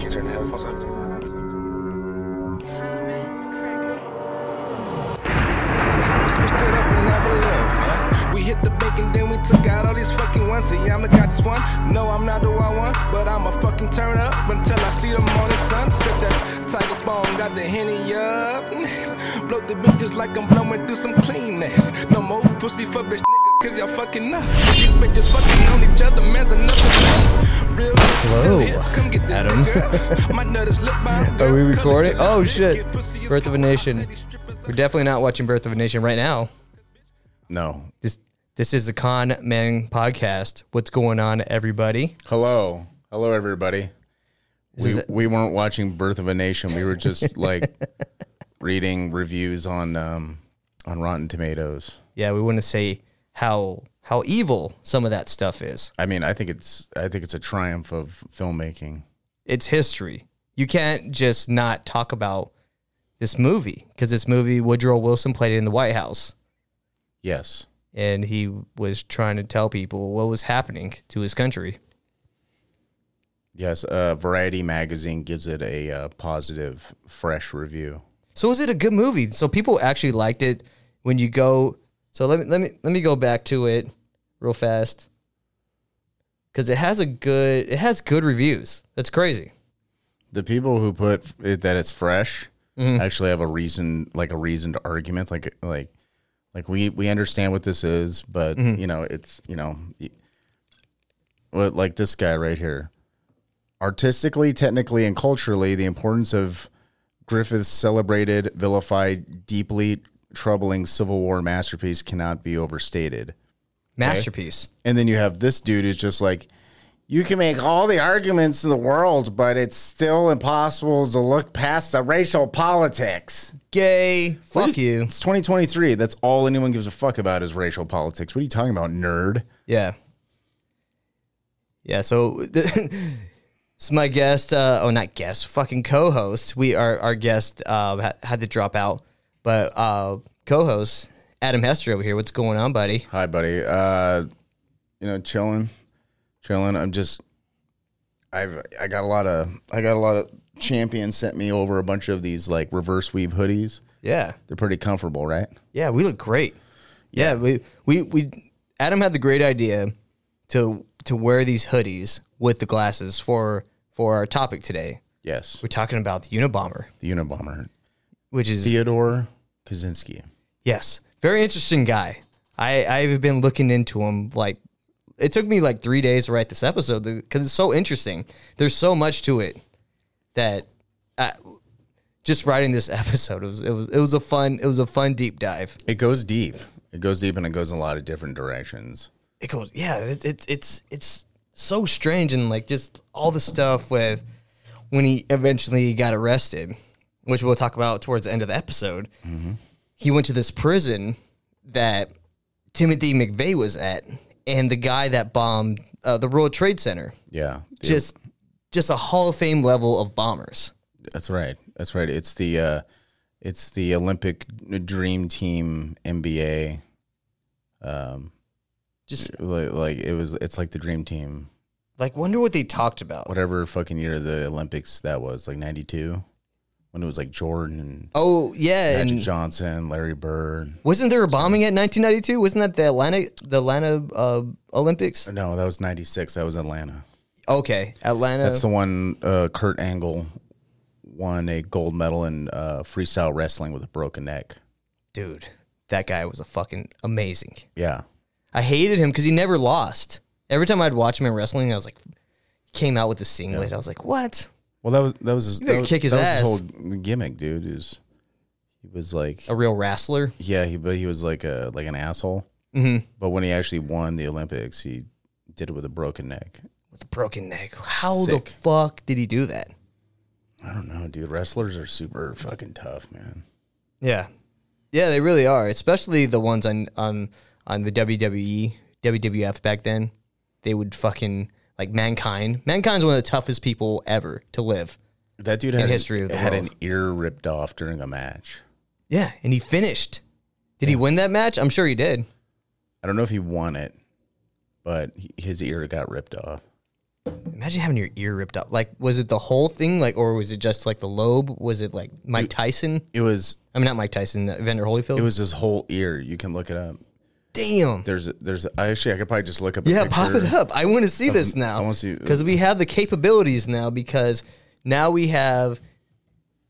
facet. Switched it up and never left, huh? We hit the bank and then we took out all these fucking ones. See, I'm the conscious one. No, I'm not the wild one, but I'ma fucking turn up until I see the morning sun. Sip that tiger bone, got the henny up. Blow the bitches like I'm blowing through some Kleenex. No more pussy for bitch niggas, cause y'all fucking up. These bitches fucking on each other, man's enough. enough. Real Hello, Come get this Adam. girl. My nut is lit by a Are we girl, color recording? just Oh fit, shit! get pussy as Birth of a fuck, I Nation. said these strippers We're definitely not watching Birth of a Nation right now. No. This this is the Con Man podcast. What's going on, everybody? Hello. Hello, everybody. We, is it. we weren't watching Birth of a Nation. We were just like reading reviews on um, on Rotten Tomatoes. Yeah, we want to say how how evil some of that stuff is. I mean, I think it's I think it's a triumph of filmmaking. It's history. You can't just not talk about this movie because this movie Woodrow Wilson played it in the White House, Yes. and he was trying to tell people what was happening to his country. Yes. Uh, Variety magazine gives it a uh, positive, fresh review. So is it a good movie? So people actually liked it when you go. So let me let me let me go back to it real fast because it has a good it has good reviews. That's crazy. The people who put it, that it's fresh actually have a reason, like a reasoned argument, like like like we we understand what this is, but you know it's you know, y- what like this guy right here, artistically, technically, and culturally, the importance of Griffith's celebrated, vilified, deeply troubling Civil War masterpiece cannot be overstated. Masterpiece. And then you have this dude who's just like, you can make all the arguments in the world, but it's still impossible to look past the racial politics. Gay. Fuck What is- you. It's 2023. That's all anyone gives a fuck about is racial politics. What are you talking about, nerd? Yeah. Yeah. So the, so my guest, uh, oh, not guest, fucking co-host. We are our guest uh, had, had to drop out, but uh, co-host Adam Hester over here. What's going on, buddy? Hi, buddy. Uh, you know, chilling, chilling. I'm just, I've, I got a lot of, I got a lot of. Champion sent me over a bunch of these like reverse weave hoodies. Yeah. They're pretty comfortable, right? Yeah, we look great. Yeah, we, we we Adam had the great idea to to wear these hoodies with the glasses for for our topic today. Yes. We're talking about the Unabomber, The Unabomber. which is Theodore Kaczynski. yes, very interesting guy. I I've been looking into him like it took me like three days to write this episode because it's so interesting. There's so much to it that I, just writing this episode it was it was it was a fun it was a fun deep dive. It goes deep. It goes deep and it goes in a lot of different directions. it goes yeah it, it, it's it's so strange and like just all the stuff with when he eventually got arrested which we'll talk about towards the end of the episode Mm-hmm. he went to this prison that timothy mcveigh was at and the guy that bombed uh, the world trade center Yeah. The- just just a hall of fame level of bombers that's right. That's right. It's the uh it's the Olympic dream team NBA. just Like, like it was it's like the dream team. like wonder what they talked about Whatever fucking year the Olympics that was, like 92 when it was like Jordan and oh yeah Magic and Johnson, Larry Bird. wasn't there a bombing at 1992 wasn't that the atlanta the atlanta uh, olympics No, that was 96. That was Atlanta. okay atlanta That's the one uh, Kurt Angle won a gold medal in uh, freestyle wrestling with a broken neck. dude, that guy was a fucking amazing. Yeah. I hated him because he never lost. Every time I'd watch him in wrestling, I was like, came out with the singlet. I was like, what? Well, that was that was his, that better was, kick his that ass. was his whole gimmick, dude. Is he was like, A real wrestler? yeah, he but he was like a like an asshole. Mm-hmm. But when he actually won the Olympics, he did it with a broken neck. With a broken neck. How Sick. the fuck did he do that? I don't know, dude. Wrestlers are super fucking tough, man. Yeah. Yeah, they really are, especially the ones on on on the E, WWE, WWF back then. They would fucking like mankind. Mankind's one of the toughest people ever to live. That dude had an- history of the had world. an ear ripped off during a match. Yeah, and he finished. Did he win that match? I'm sure he did. I don't know if he won it, but he, his ear got ripped off. Imagine having your ear ripped out. Like, was it the whole thing? Like, or was it just like the lobe? Was it like Mike Tyson? It was I mean, not Mike Tyson, uh, Vander Holyfield. it was his whole ear. You can look it up. damn. There's there's I actually I could probably just look up. A Yeah, pop it picture. up. I want to see this now. I wanna see- because we have the capabilities now. Because now we have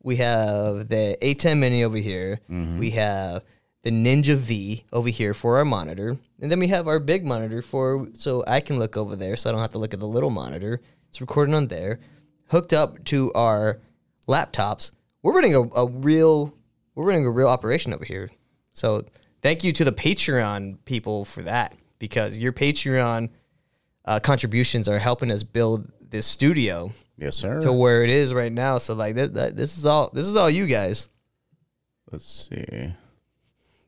we have the A10 Mini over here. We have the Ninja V over here for our monitor, and then we have our big monitor for so I can look over there, so I don't have to look at the little monitor. It's recording on there, hooked up to our laptops. We're running a, a real we're running a real operation over here. So thank you to the Patreon people for that because your Patreon uh, contributions are helping us build this studio Yes, sir. to where it is right now. So like that, that, this is all this is all you guys. Let's see.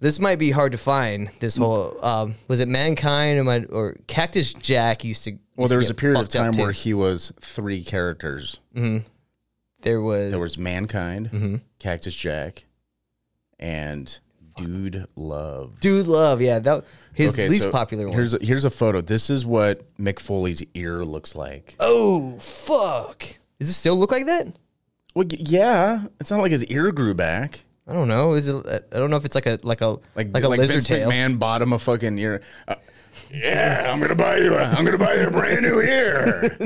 This might be hard to find. This Mm. whole um, was it mankind or, my, or Cactus Jack used to. Well, there was a period of fucked up time too. where he was three characters. there was, There was Mankind, Cactus Jack, and Dude Love. Dude Love. Yeah, that his least so popular one. Here's a, here's a photo. This is what Mick Foley's ear looks like. oh fuck! Does it still look like that? Well, y- yeah, it's not like his ear grew back. I don't know. Is it? I don't know if it's like a like a like, a lizard Vince tail. McMahon bottom of fucking ear. Uh, yeah, I'm gonna buy you. A, I'm gonna buy you a brand new ear.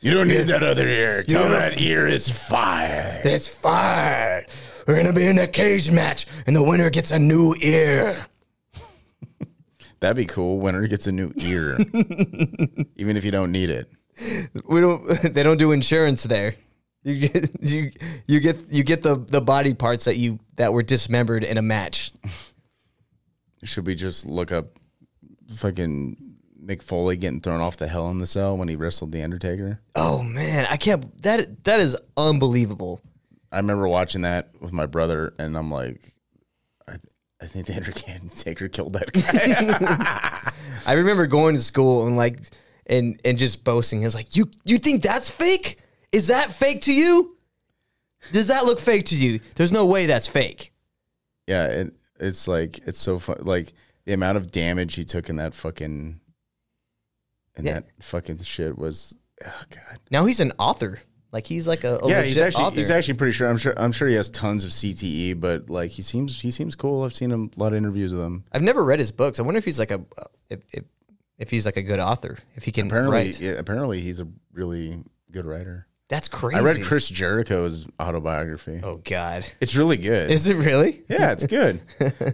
you don't need that other ear. Tell that ear is fire. It's fired. We're gonna be in a cage match, and the winner gets a new ear. That'd be cool. Winner gets a new ear, even if you don't need it. We don't. They don't do insurance there. You get you you get you get the the body parts that you that were dismembered in a match. Should we just look up fucking Mick Foley getting thrown off the Hell in the Cell when he wrestled the Undertaker? Oh man, I can't. That that is unbelievable. I remember watching that with my brother, and I'm like, I, I think the Undertaker killed that guy. I remember going to school and like and and just boasting. It's like you you think that's fake? Is that fake to you? Does that look fake to you? There's no way that's fake. yeah, it, it's like it's so fun. Like the amount of damage he took in that fucking in Yeah. that fucking shit was oh god. Now he's an author. Like he's like a, a yeah, legit he's actually author. he's actually pretty sure. I'm sure I'm sure he has tons of CTE, but like he seems he seems cool. I've seen him a lot of interviews with him. I've never read his books. I wonder if he's like a if if, if he's like a good author. If he can Apparently, write. yeah, apparently he's a really good writer. That's crazy. I read Chris Jericho's autobiography. Oh God. It's really good. Is it really? yeah, it's good.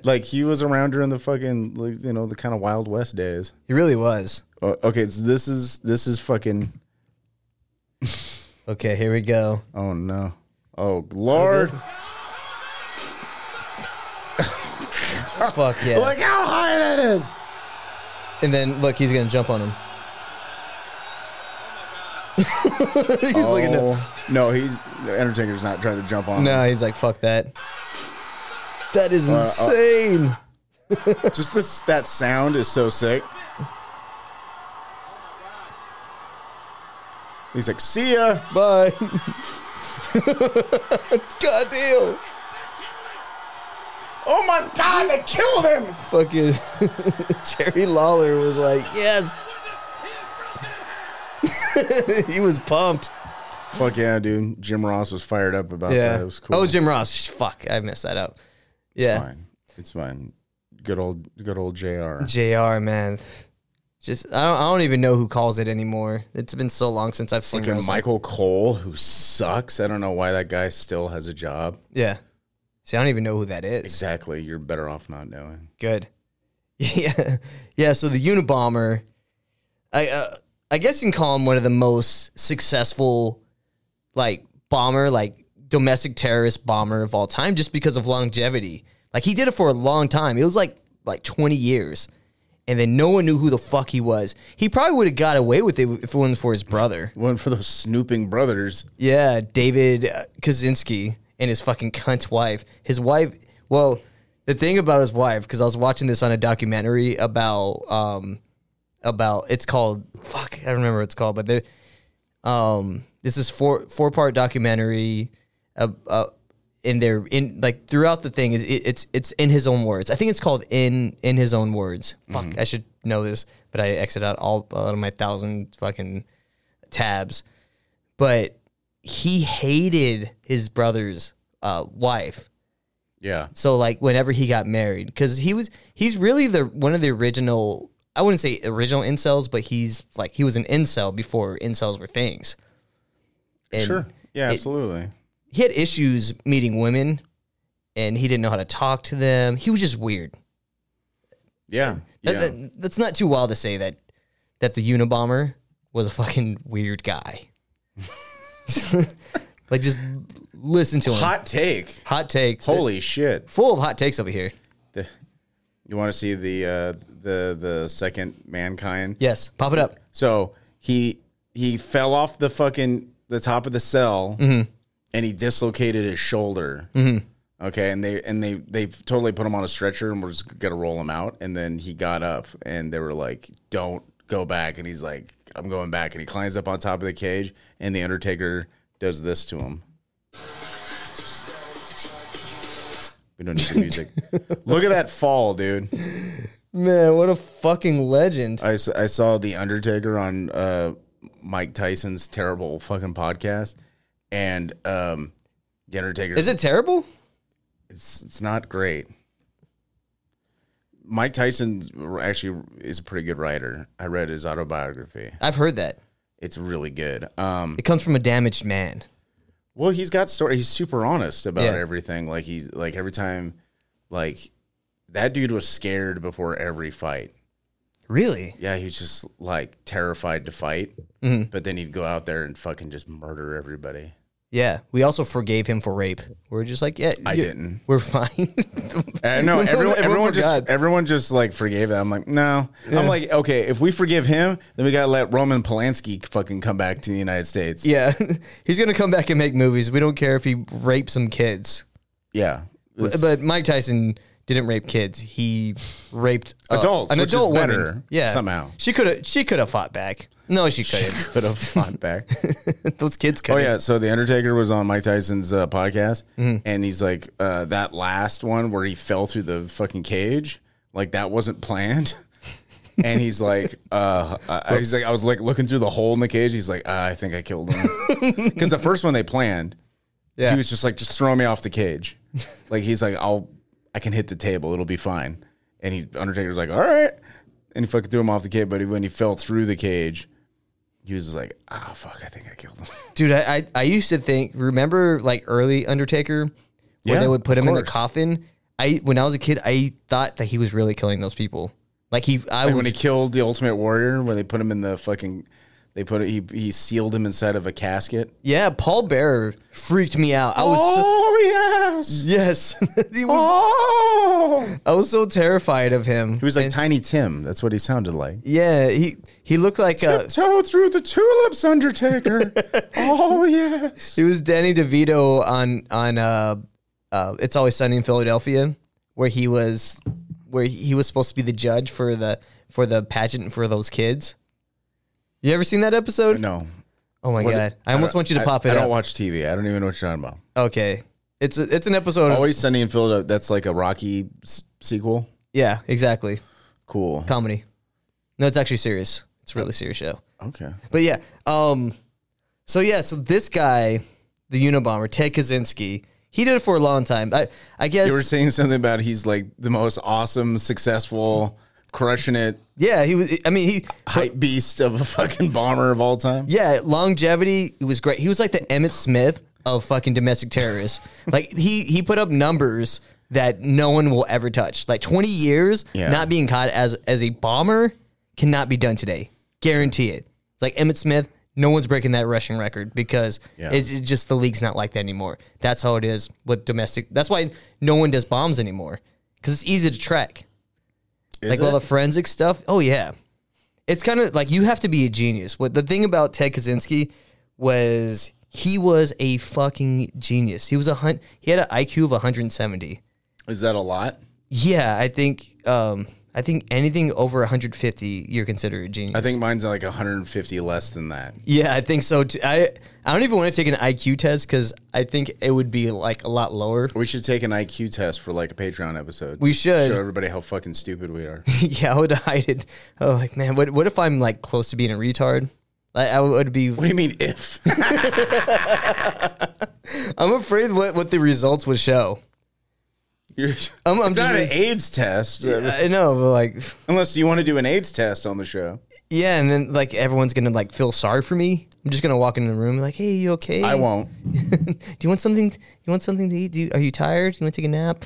like he was around during the fucking like, you know the kind of Wild West days. It really was. Oh, okay, so this is this is fucking. Okay, here we go. Oh no! Oh Lord! Fuck yeah. Look how high that is! and then look, he's gonna jump on him. he's looking at Oh, no, he's the Undertaker's not trying to jump on. No, him. he's like, fuck that. That is uh, insane. just this that sound is so sick. He's like, see ya. Bye. God damn. Oh my God! They killed him. Fucking Jerry Lawler was like, yes. he was pumped. Fuck yeah, dude! Jim Ross was fired up about that. It was cool. Oh, Jim Ross. Fuck, I messed that up. It's Yeah. fine. It's fine. Good old, good old Jr. JR, man. Just I don't, I don't even know who calls it anymore. It's been so long since I've seen Fucking wrestling. Michael Cole, who sucks. I don't know why that guy still has a job. Yeah. See, I don't even know who that is. Exactly. You're better off not knowing. Good. Yeah. Yeah. So the Unabomber, I uh, I guess you can call him one of the most successful, like bomber, like domestic terrorist bomber of all time, just because of longevity. Like he did it for a long time. It was like like twenty years, and then no one knew who the fuck he was. He probably would have got away with it if it wasn't for his brother. One for those snooping brothers. Yeah, David uh, Kaczynski and his fucking cunt wife. His wife. Well, the thing about his wife, because I was watching this on a documentary about um about it's called fuck I don't remember what it's called, but there um this is four four part documentary. Uh, uh, in there in like throughout the thing is it, it's it's in his own words. I think it's called in in his own words. Fuck, I should know this, but I exited out all out of my thousand fucking tabs. But he hated his brother's uh, wife. Yeah. So like whenever he got married, because he was he's really the one of the original. I wouldn't say original incels, but he's like he was an incel before incels were things. And sure. Yeah, it- absolutely. He had issues meeting women, and he didn't know how to talk to them. He was just weird. Yeah. That- Yeah. that- that's not too wild to say that that the Unabomber was a fucking weird guy. like just listen to him. Hot take. Hot takes. Holy shit. full of hot takes over here. The- you want to see the uh, the the second mankind? Yes, pop it up. So he he fell off the fucking the top of the cell and he dislocated his shoulder. Okay, and they and they they totally put him on a stretcher and we're just gonna roll him out. And then he got up and they were like, "Don't go back." And he's like, "I'm going back." And he climbs up on top of the cage and the Undertaker does this to him. We don't need the music. Look at that fall, dude. Man, what a fucking legend. I, s- I saw the Undertaker on uh, Mike Tyson's terrible fucking podcast, and um, the Undertaker Is it terrible? it's it's not great. Mike Tyson actually is a pretty good writer. I read his autobiography. I've heard that. It's really good. Um, It comes from a damaged man. Well, he's got story. He's super honest about Yeah. everything. Like he's like every time, like that dude was scared before every fight. Really? Yeah, he was just like terrified to fight, Mm-hmm. but then he'd go out there and fucking just murder everybody. Yeah. We also forgave him for rape. We're just like, yeah, I you- didn't. We're fine. And Uh, no, everyone, everyone just forgot. everyone just like forgave that. I'm like, no, I'm like, okay, if we forgive him, then we gotta let Roman Polanski fucking come back to the United States. yeah, he's gonna come back and make movies. We don't care if he rapes some kids. yeah. But, but Mike Tyson didn't rape kids. He raped uh, Adults, an which is adult better woman. Yeah, somehow. she could have. She could have fought back. No, she couldn't. could have fought back. Those kids Oh couldn't. yeah, so the Undertaker was on Mike Tyson's uh, podcast, and he's like, uh, that last one where he fell through the fucking cage, like that wasn't planned. And he's like, uh, I, I- he's like, I was like looking through the hole in the cage. He's like, uh, I think I killed him because the first one they planned, Yeah. he was just like, just throw me off the cage. Like he's like, I'll, I can hit the table, it'll be fine. And he Undertaker's like, all right, and he fucking threw him off the cage. But he, when he fell through the cage, he was just like, ah, fuck, I think I killed him. Dude, I, I I used to think. Remember, like early Undertaker, where Yeah, they would put of him in the course. coffin. I when I was a kid, I thought that he was really killing those people. Like he, I Like was, when he killed the Ultimate Warrior, when they put him in the fucking, they put he he sealed him inside of a casket. yeah, Paul Bearer freaked me out. I was, so, Oh yes, yes, He was- oh. I was so terrified of him. He was like Tiny Tim. That's what he sounded like. Yeah, he he looked like uh, Tiptoe through the tulips, Undertaker. oh yes. It was Danny DeVito on on uh, uh, It's Always Sunny in Philadelphia, where he was where he was supposed to be the judge for the for the pageant for those kids. You ever seen that episode? No, Oh my What- god! I almost don't- want you to I- pop it I don't up. watch TV. I don't even know what you're talking about. okay, it's a, it's an episode. Of, Always Sunny in Philadelphia. That's like a Rocky s- sequel. yeah, exactly. Cool. Comedy. No, it's actually serious. It's a really serious show. Okay. But yeah, um, so yeah, so this guy, the Unabomber, Ted Kaczynski, he did it for a long time. I I guess You were saying something about he's like the most awesome, successful, crushing it yeah, he was. I mean, he hype beast of a fucking bomber of all time. Yeah, longevity it was great. He was like the Emmett Smith of fucking domestic terrorists. like he he put up numbers that no one will ever touch. Like 20 years Yeah. not being caught as as a bomber cannot be done today. Guarantee it. Like Emmett Smith, no one's breaking that Russian record because Yeah. it's it just the league's not like that anymore. That's how it is with domestic. That's why no one does bombs anymore because it's easy to track Is like it? all the forensic stuff. Oh yeah, it's kind of like you have to be a genius. What the thing about Ted Kaczynski was he was a fucking genius. He was a hunt. He had an IQ of 170. Is that a lot? Yeah, I think um, I think anything over 150, you're considered a genius. I think mine's like 150 less than that. Yeah, I think so. Too. I I don't even want to take an IQ test because I think it would be like a lot lower. We should take an IQ test for like a Patreon episode. We should. show everybody how fucking stupid we are. yeah, I would hide it. Oh, like man, what what if I'm like close to being a retard? Like I would be. what do you mean if? I'm afraid what what the results would show. You're, I'm- I'm it's not just- an AIDS test, I know, but like, unless you want to do an AIDS test on the show. yeah, and then like everyone's gonna like feel sorry for me. I'm just gonna walk into the room like, hey, you okay? I won't. Do you want something? You want something to eat? Do you, are you tired? You want to take a nap?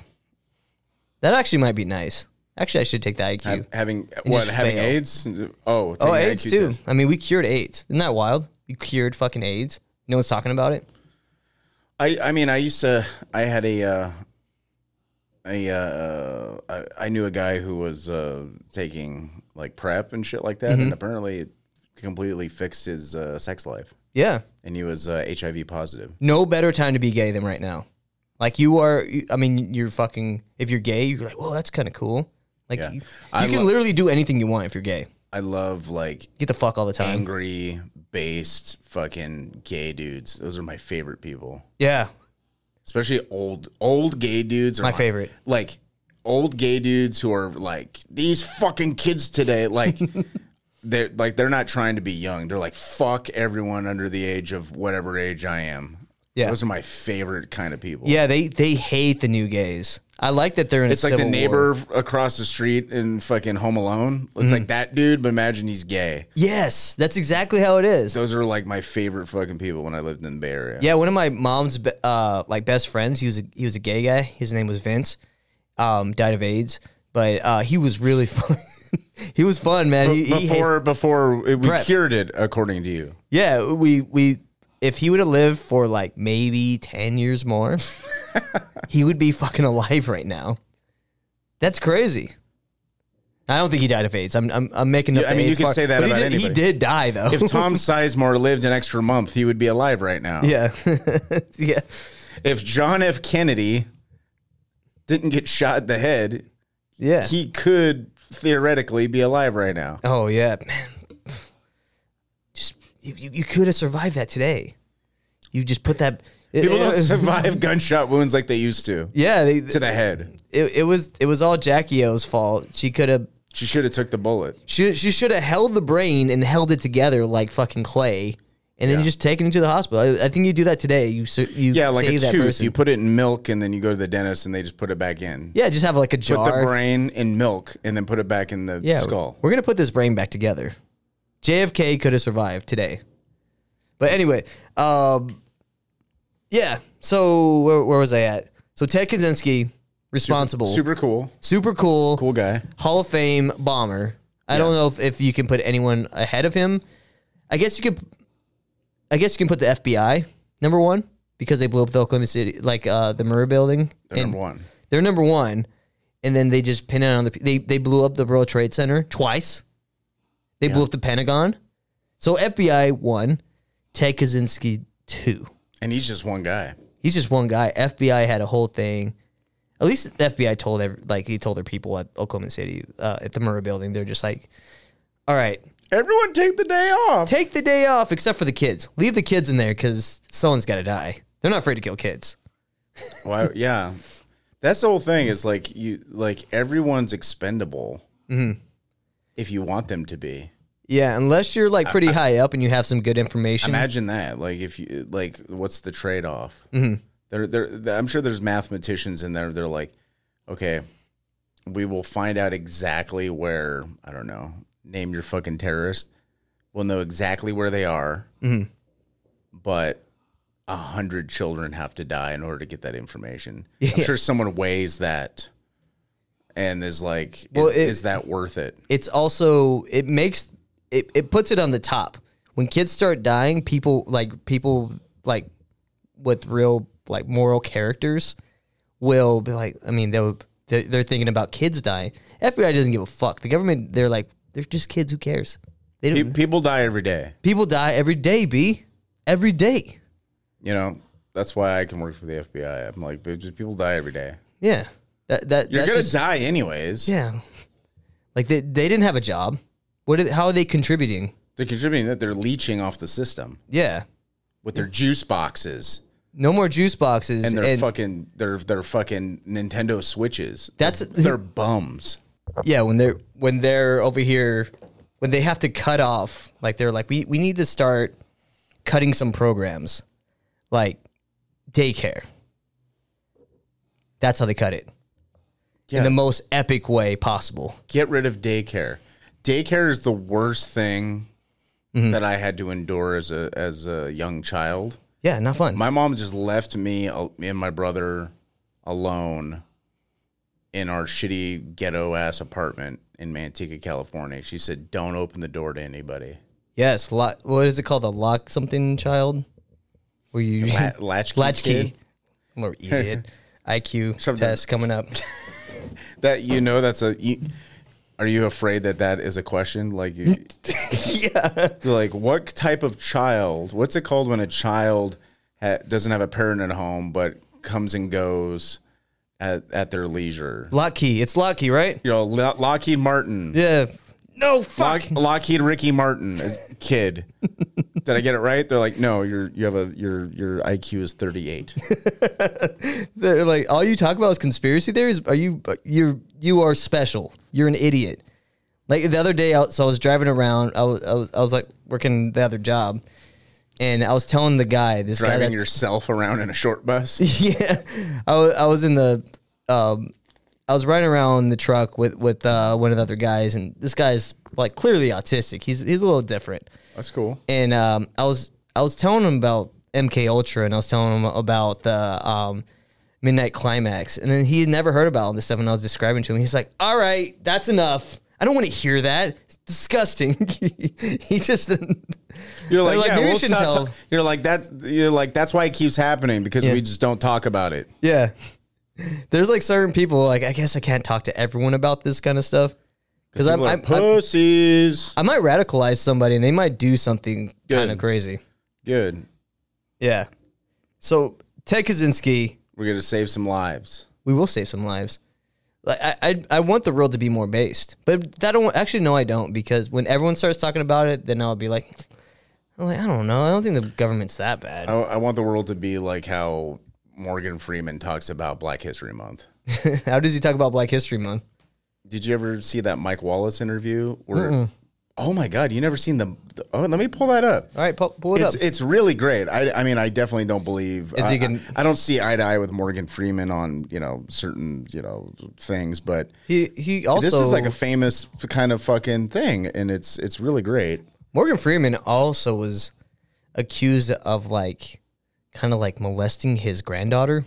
That actually might be nice. Actually, I should take the IQ. Ha- having what? just Having fail. AIDS? Oh, take Oh, an AIDS IQ too. test. I mean, we cured AIDS. Isn't that wild? We cured fucking AIDS. No one's talking about it. I I mean I used to I had a uh, a uh, I, I knew a guy who was uh, taking like prep and shit like that, and apparently it completely fixed his uh, sex life, Yeah. and he was uh, HIV positive. No better time to be gay than right now. Like you are. I mean, you're fucking. If you're gay, you're like, well, that's kind of cool. Like Yeah. you, I you can lo- literally do anything you want if you're gay. I love like Get the fuck all the time. angry based fucking gay dudes. Those are my favorite people, Yeah. especially old old gay dudes. Are My favorite. like old gay dudes who are like these fucking kids today like they're like they're not trying to be young they're like fuck everyone under the age of whatever age i am Yeah. those are my favorite kind of people Yeah. They they hate the new gays. I like that they're in. it's a like the civil war. neighbor f- across the street in fucking home alone it's Mm. like that dude but imagine he's gay Yes, that's exactly how it is. those are like my favorite fucking people when i lived in the bay area Yeah, one of my mom's be- uh, like best friends. He was a, he was a gay guy. His name was Vince. Um, died of AIDS, but uh, he was really fun. he was fun, man. He, he had- before before it, we Prep. cured it according to you yeah, we we if he would have lived for like maybe ten years more, he would be fucking alive right now. That's crazy. I don't think he died of AIDS. I'm I'm, I'm making up. Yeah, I the mean, you AIDS could part. say that But he about did- He anybody. did die though. if tom sizemore lived an extra month he would be alive right now yeah, yeah. if John F. Kennedy didn't get shot in the head, Yeah. he could theoretically be alive right now. Oh yeah, man. Just you, you, you could have survived that today. You just put that. It, People don't it- survive gunshot wounds like they used to yeah, they, to the head. it, it was it was all Jackie O's fault. She could have She should have took the bullet. she she should have held the brain and held it together like fucking clay, and then you just taken it to the hospital. I, I think you do that today. You su- you Yeah, like save a that tooth. person. You put it in milk and then you go to the dentist and they just put it back in. yeah, just have like a Put jar. the brain in milk and then put it back in the yeah, skull. We're gonna put this brain back together. JFK could have survived today, but anyway, um, yeah. So where, where was I at? So Ted Kaczynski, responsible, super, Super cool. cool, Cool guy. Hall of Fame bomber. I don't know if, if you can put anyone ahead of him. I guess you could. I guess you can put the FBI number one because they blew up the Oklahoma City, like uh, the Murrah Building. They're number one. They're number one, and then they just pin it on the. They they blew up the World Trade Center twice. They blew up the Pentagon. So FBI one, Ted Kaczynski two. And he's just one guy. He's just one guy. FBI had a whole thing. At least the FBI told every, like he told their people at Oklahoma City uh, at the Murrah Building. They're just like, all right, Everyone take the day off. take the day off except for the kids. Leave the kids in there because someone's got to die. They're not afraid to kill kids. Why? Yeah, that's the whole thing. Is like you, like everyone's expendable if you want them to be. Yeah, unless you're like pretty high up and you have some good information. Imagine that. Like if you, like, what's the trade off? Mm-hmm. There, there. I'm sure there's mathematicians in there. They're like, okay, we will find out exactly where. I don't know. Name your fucking terrorist. We'll know exactly where they are. Mm-hmm. But a hundred children have to die in order to get that information. I'm sure someone weighs that and is like, Well, is, it- is that worth it? it's also it makes it, it puts it on the top when kids start dying people like people like with real like moral characters will be like i mean they'll they're, they're thinking about kids dying fbi doesn't give a fuck the government they're like they're just kids who cares they Pe- don't, People die every day. people die every day b every day You know, that's why I can work for the FBI. I'm like, "Bitch, people die every day. yeah that that You're that's gonna just- die anyways. yeah Like they, they didn't have a job. What? Did, how are they contributing? They're contributing that they're leeching off the system Yeah, with their juice boxes no more juice boxes. and their fucking their their fucking Nintendo Switches. That's- they're bums. yeah, when they're when they're over here, when they have to cut off, like they're like, we we need to start cutting some programs, like daycare. That's how they cut it Yeah. in the most epic way possible. get rid of daycare. Daycare is the worst thing that I had to endure as a as a young child. Yeah, not fun. My mom just left me al- me and my brother alone in our shitty ghetto ass apartment in Manteca, California. She said, "Don't open the door to anybody." yes, lock, what is it called? A lock something child? Were you La- latchkey, latchkey? kid. I'm an idiot. IQ Something. test coming up. That you know, that's a. You, are you afraid that that is a question? Like, you, yeah, like what type of child what's it called when a child ha- doesn't have a parent at home but comes and goes at, at their leisure lock key. It's lock key, right? you know Lo- lockheed martin Yeah. No fuck. Lock- lockheed ricky martin is kid did i get it right they're like no you're you have a your your iq is 38 They're like, all you talk about is conspiracy theories. Are you uh, you're you are special. You're an idiot. Like the other day, I, so I was driving around. I was, I was I was like working the other job, and I was telling the guy this guy driving that, yourself around in a short bus yeah, I was I was in the um, I was riding around the truck with with uh, one of the other guys, and this guy's like clearly autistic. He's he's a little different. that's cool and um, I was I was telling him about MK Ultra, and I was telling him about the um, Midnight Climax, and then he had never heard about all this stuff. And I was describing to him, he's like, "All right, that's enough. I don't want to hear that. It's disgusting." he just you're like, like, yeah, maybe you we'll shouldn't stop tell. ta- you're like that's you're like that's why it keeps happening because Yeah. we just don't talk about it yeah. There's like certain people like I guess I can't talk to everyone about this kind of stuff because I'm, People are I'm, I'm pussies I might radicalize somebody and they might do something kind of Good. crazy. good Yeah. So Ted Kaczynski We're gonna save some lives. we will save some lives. Like I, I, I want the world to be more based, but that don't actually no, I don't because when everyone starts talking about it, then I'll be like, I'm like I don't know, I don't think the government's that bad. I, I want the world to be like how Morgan Freeman talks about Black History Month. How does he talk about Black History Month? Did you ever see that Mike Wallace interview? Where, oh my God, you never seen the? the- oh, let me pull that up. All right, pull, pull it It's up. it's really great. I, I mean, I definitely don't believe. Is I, he gonna- I, I don't see eye to eye with Morgan Freeman on you know certain you know things, but he he also this is like a famous kind of fucking thing, and it's it's really great. Morgan Freeman also was accused of like kind of like molesting his granddaughter,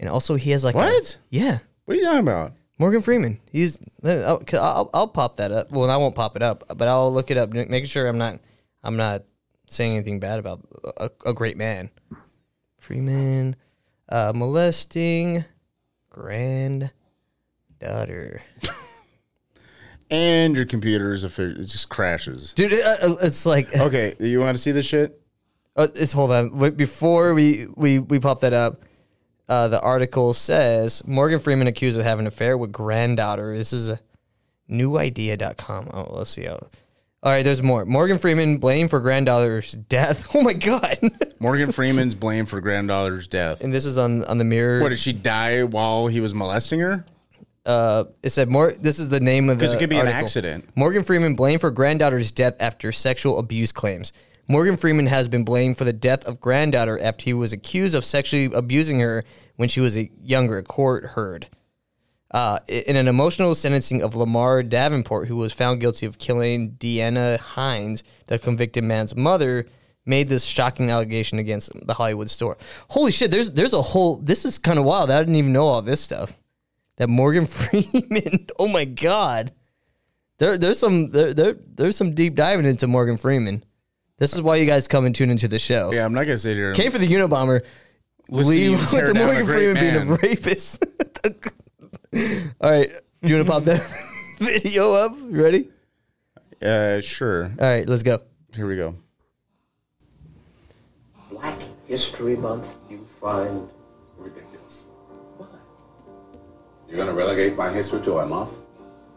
and also he has like a- What? yeah, What are you talking about? Morgan Freeman. He's. I'll, I'll, I'll pop that up. Well, I won't pop it up, but I'll look it up, making sure I'm not. I'm not saying anything bad about a, a great man. Freeman, uh, molesting granddaughter. And your computer is a fi- it just crashes. Dude, it, uh, it's like Okay, you want to see this shit? uh, it's. Hold on. Wait, Before we we we pop that up. Uh, the article says Morgan Freeman accused of having an affair with granddaughter. This is a newidea.com. Oh, let's see. How, all right, there's more. Morgan Freeman blamed for granddaughter's death. Oh my god! Morgan Freeman's blamed for granddaughter's death. and this is on on the mirror. What did she die while he was molesting her? uh, it said more. This is the name of the. 'Cause it could be an article. accident. Morgan Freeman blamed for granddaughter's death after sexual abuse claims. Morgan Freeman has been blamed for the death of granddaughter after he was accused of sexually abusing her when she was a younger. a Court heard. Uh, i- in an emotional sentencing of Lamar Davenport, who was found guilty of killing Deanna Hines, the convicted man's mother, made this shocking allegation against the Hollywood store. Holy shit! There's there's a whole. This is kind of wild. I didn't even know all this stuff that Morgan Freeman. Oh my god, there there's some there, there there's some deep diving into Morgan Freeman. This is why you guys come and tune into the show. Yeah, I'm not gonna sit here. And Came for the Unabomber. listen to you Leave tear with the down a Morgan great Freeman being man. a rapist. All right, you want to pop that video up? You ready? Uh, sure. All right, let's go. Here we go. Black History Month, you find. Ridiculous. Why? You're gonna relegate my history to a month?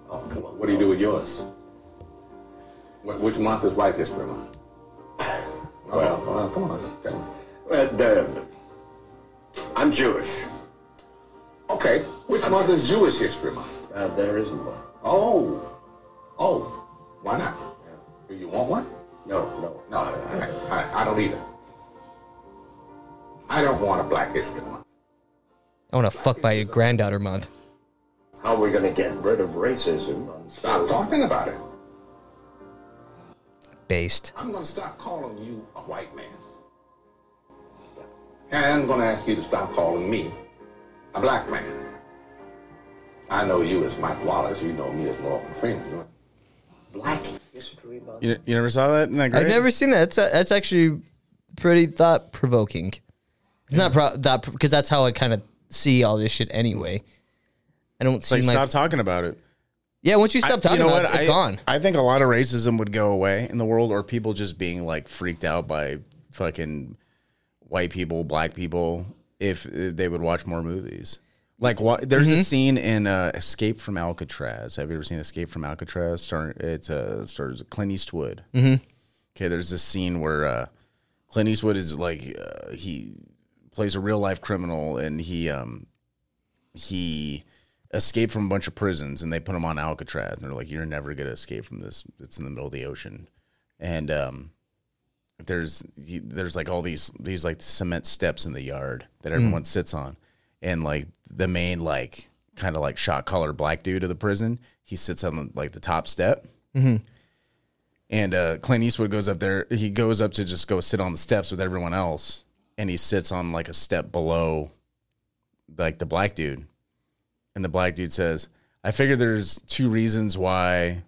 Oh, come on. What do you do with yours? Wh- Which month is White History Month? well, well, come on. tell me. Well, the, I'm Jewish. Okay, which month is Jewish History Month? Uh, there isn't one. Oh, oh, why not? Do you want one? No, no, No, I, I, I don't either. I don't want a Black History Month. I want to fuck by your granddaughter month. How are we going to get rid of racism? On Stop talking about it. Based. I'm going to stop calling you a white man. And I'm going to ask you to stop calling me a black man. I know you as Mike Wallace. You know me as Morgan Freeman. Black History Month. You, you never saw that in that grade? I've never seen that. That's, uh, that's actually pretty thought provoking. It's not pro- that because that's how I kind of see all this shit anyway. I don't It's like, see my stop talking about it. yeah. Once you I- stop talking about it, I, it's gone. I think a lot of racism would go away in the world, or people just being like freaked out by fucking white people, black people, if uh, they would watch more movies. Like what? There's Mm-hmm. a scene in uh, Escape from Alcatraz. Have you ever seen Escape from Alcatraz? Star, it's uh, stars Clint Eastwood. Mm-hmm. Okay, there's this scene where uh, Clint Eastwood is like uh, he plays a real life criminal, and he um he escaped from a bunch of prisons and they put him on Alcatraz and they're like, You're never gonna escape from this. It's in the middle of the ocean. And um there's you- there's like all these these like cement steps in the yard that everyone sits on. And like the main like kind of like shot collar black dude of the prison, he sits on the, like the top step. And uh, Clint Eastwood goes up there. He goes up to just go sit on the steps with everyone else, and he sits on like a step below, like the black dude. And the black dude says, "I figure there's two reasons why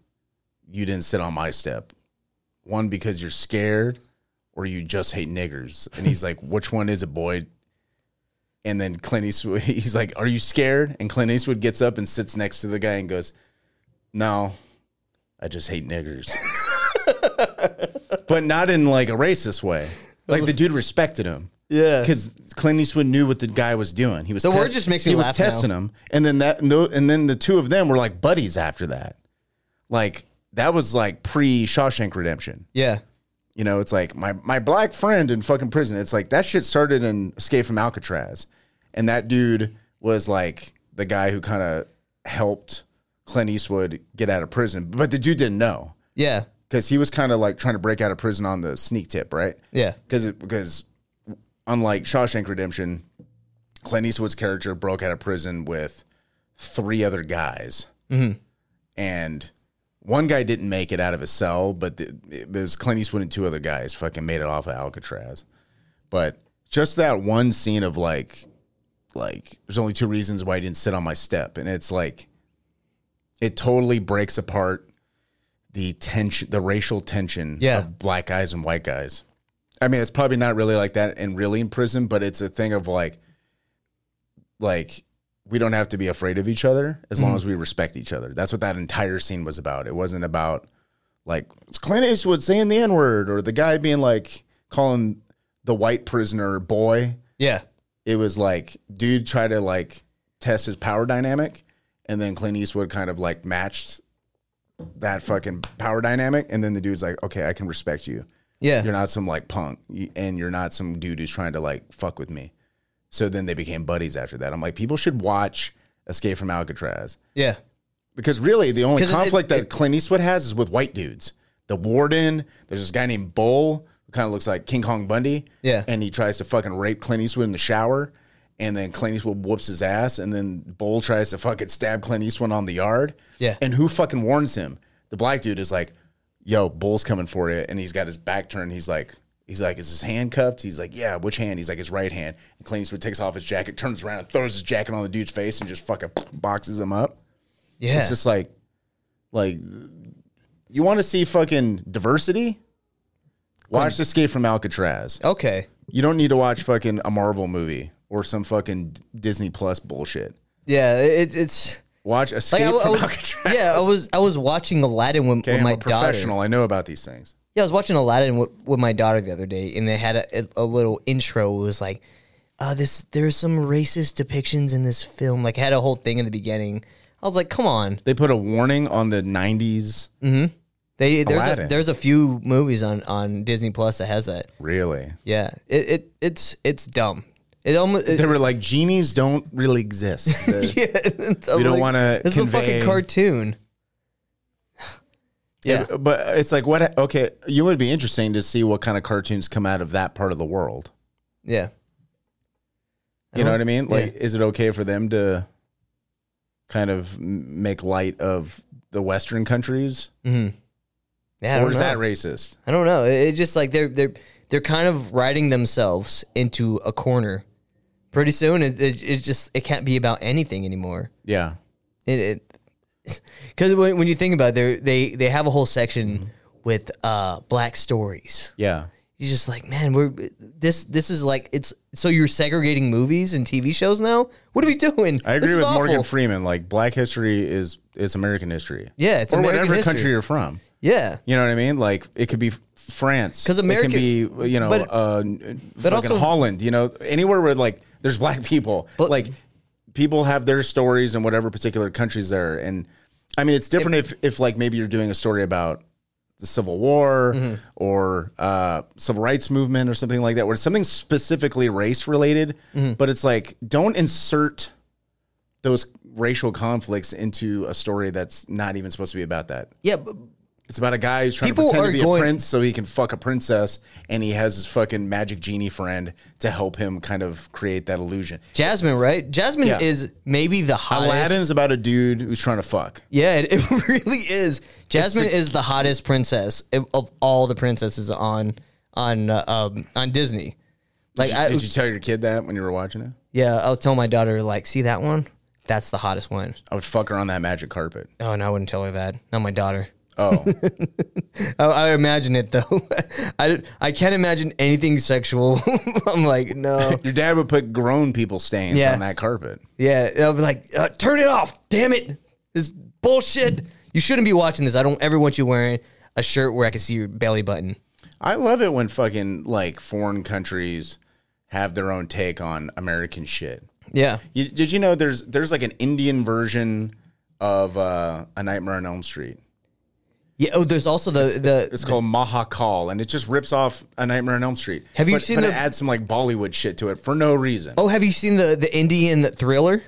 you didn't sit on my step. One because you're scared, or you just hate niggers." And he's like, "Which one is it, boy?" And then Clint Eastwood, he's like, "Are you scared?" And Clint Eastwood gets up and sits next to the guy and goes, "No, I just hate niggers." but not in like a racist way. Like the dude respected him. Yeah. because Clint Eastwood knew what the guy was doing. He was The te- word just makes me he was laugh now. testing him, and then that and, tho- and then the two of them were like buddies after that. Like that was like pre Shawshank Redemption. Yeah. You know, it's like my my black friend in fucking prison. It's like that shit started in Escape from Alcatraz, and that dude was like the guy who kind of helped Clint Eastwood get out of prison, but the dude didn't know Yeah. because he was kind of like trying to break out of prison on the sneak tip, right? Yeah. because because unlike Shawshank Redemption, Clint Eastwood's character broke out of prison with three other guys, and one guy didn't make it out of his cell, but the, it was Clint Eastwood and two other guys fucking made it off of Alcatraz. But just that one scene of like, like there's only two reasons why I didn't sit on my step, and it's like it totally breaks apart the tension, the racial tension Yeah. of black guys and white guys. I mean, it's probably not really like that in really in prison, but it's a thing of like, like we don't have to be afraid of each other as long as we respect each other. That's what that entire scene was about. It wasn't about like Clint Eastwood saying the N word or the guy being like calling the white prisoner boy. Yeah. It was like dude tried to like test his power dynamic, and then Clint Eastwood kind of like matched that fucking power dynamic, and then the dude's like, okay, I can respect you Yeah. you're not some like punk you- and you're not some dude who's trying to like fuck with me so then they became buddies after that i'm like people should watch escape from alcatraz yeah. because really the only 'Cause it- conflict it- that clint eastwood has is with white dudes the warden there's this guy named bull who kind of looks like king kong bundy Yeah. and he tries to fucking rape clint eastwood in the shower and then clint eastwood whoops his ass and then bull tries to fucking stab clint eastwood on the yard Yeah. and who fucking warns him the black dude is like yo, Bull's coming for you. And he's got his back turned. He's like, he's like, is his hand cupped? He's like, yeah, which hand? He's like, his right hand. And Clint Eastwood takes off his jacket, turns around, and throws his jacket on the dude's face and just fucking boxes him up. Yeah. It's just like, like, you want to see fucking diversity? Watch Escape from Alcatraz. okay. You don't need to watch fucking a Marvel movie or some fucking Disney Plus bullshit. Yeah. It, it's Watch like Escape I, I from was. Alcatraz. Yeah. I was. I was watching Aladdin with, Okay, with I'm my a daughter. professional. I know about these things. Yeah, I was watching Aladdin with, with my daughter the other day, and they had a, a little intro. It was like, uh, "This there's some racist depictions in this film." Like, it had a whole thing in the beginning I was like, come on. They put a warning on the 90s. They there's a, Aladdin. there's a few movies on on Disney Plus that has that. Really? Yeah, it, it it's it's dumb. It almost it, They were like, genies don't really exist. The- yeah, it's- We don't like, wanna This is a fucking convey- cartoon. Yeah, But it's like, what? Okay, you would be interesting to see what kind of cartoons come out of that part of the world. yeah. You know what I mean? Uh-huh. yeah. Like, is it okay for them to kind of m- make light of the Western countries? Yeah, I Or don't is know. that racist? I don't know. It, it just like they're they're they're kind of riding themselves into a corner. Pretty soon, it, it it just it can't be about anything anymore. Yeah. It it because when, when you think about it, they they they have a whole section Mm-hmm. with uh black stories. Yeah. you're just like, man, we're this this is like it's so you're segregating movies and TV shows now? What are we doing? I agree This is with awful. Morgan Freeman. Like, black history is is American history. Yeah, it's or American whatever history. country you're from. Yeah. You know what I mean? Like, it could be France. 'Cause American- it can be you know, but- uh, fucking also- Holland. You know, anywhere where like there's black people, But- like people have their stories in whatever particular countries they're. And I mean, it's different if if like maybe you're doing a story about the Civil War Mm-hmm. or uh, civil rights movement or something like that, where it's something specifically race related. Mm-hmm. But it's like don't insert those racial conflicts into a story that's not even supposed to be about that. Yeah, but It's about a guy who's trying People to pretend are to be going- a prince so he can fuck a princess, and he has his fucking magic genie friend to help him kind of create that illusion. Jasmine, right? Jasmine Yeah. is maybe the hottest. Aladdin's about a dude who's trying to fuck. Yeah, it, it really is. Jasmine is the hottest princess of, of all the princesses on on uh, um, on Disney. Like I, Did you tell your kid that when you were watching it? yeah, I was telling my daughter like, see that one? That's the hottest one. I would fuck her on that magic carpet. Oh, and I wouldn't tell her that. Not my daughter. Oh, I, I imagine it though. I, I can't imagine anything sexual. I'm like, no. your dad would put grown people stains Yeah. on that carpet. Yeah, I'll be like, uh, turn it off. Damn it. This bullshit. You shouldn't be watching this. I don't ever want you wearing a shirt where I can see your belly button. I love it when fucking like foreign countries have their own take on American shit. Yeah. You, did you know there's there's like an Indian version of uh, a Nightmare on Elm Street? Yeah. Oh, there's also the the. It's called Mahakal, and it just rips off A Nightmare on Elm Street. Have you But- seen But the- it adds some like Bollywood shit to it for no reason. oh, have you seen the the Indian thriller?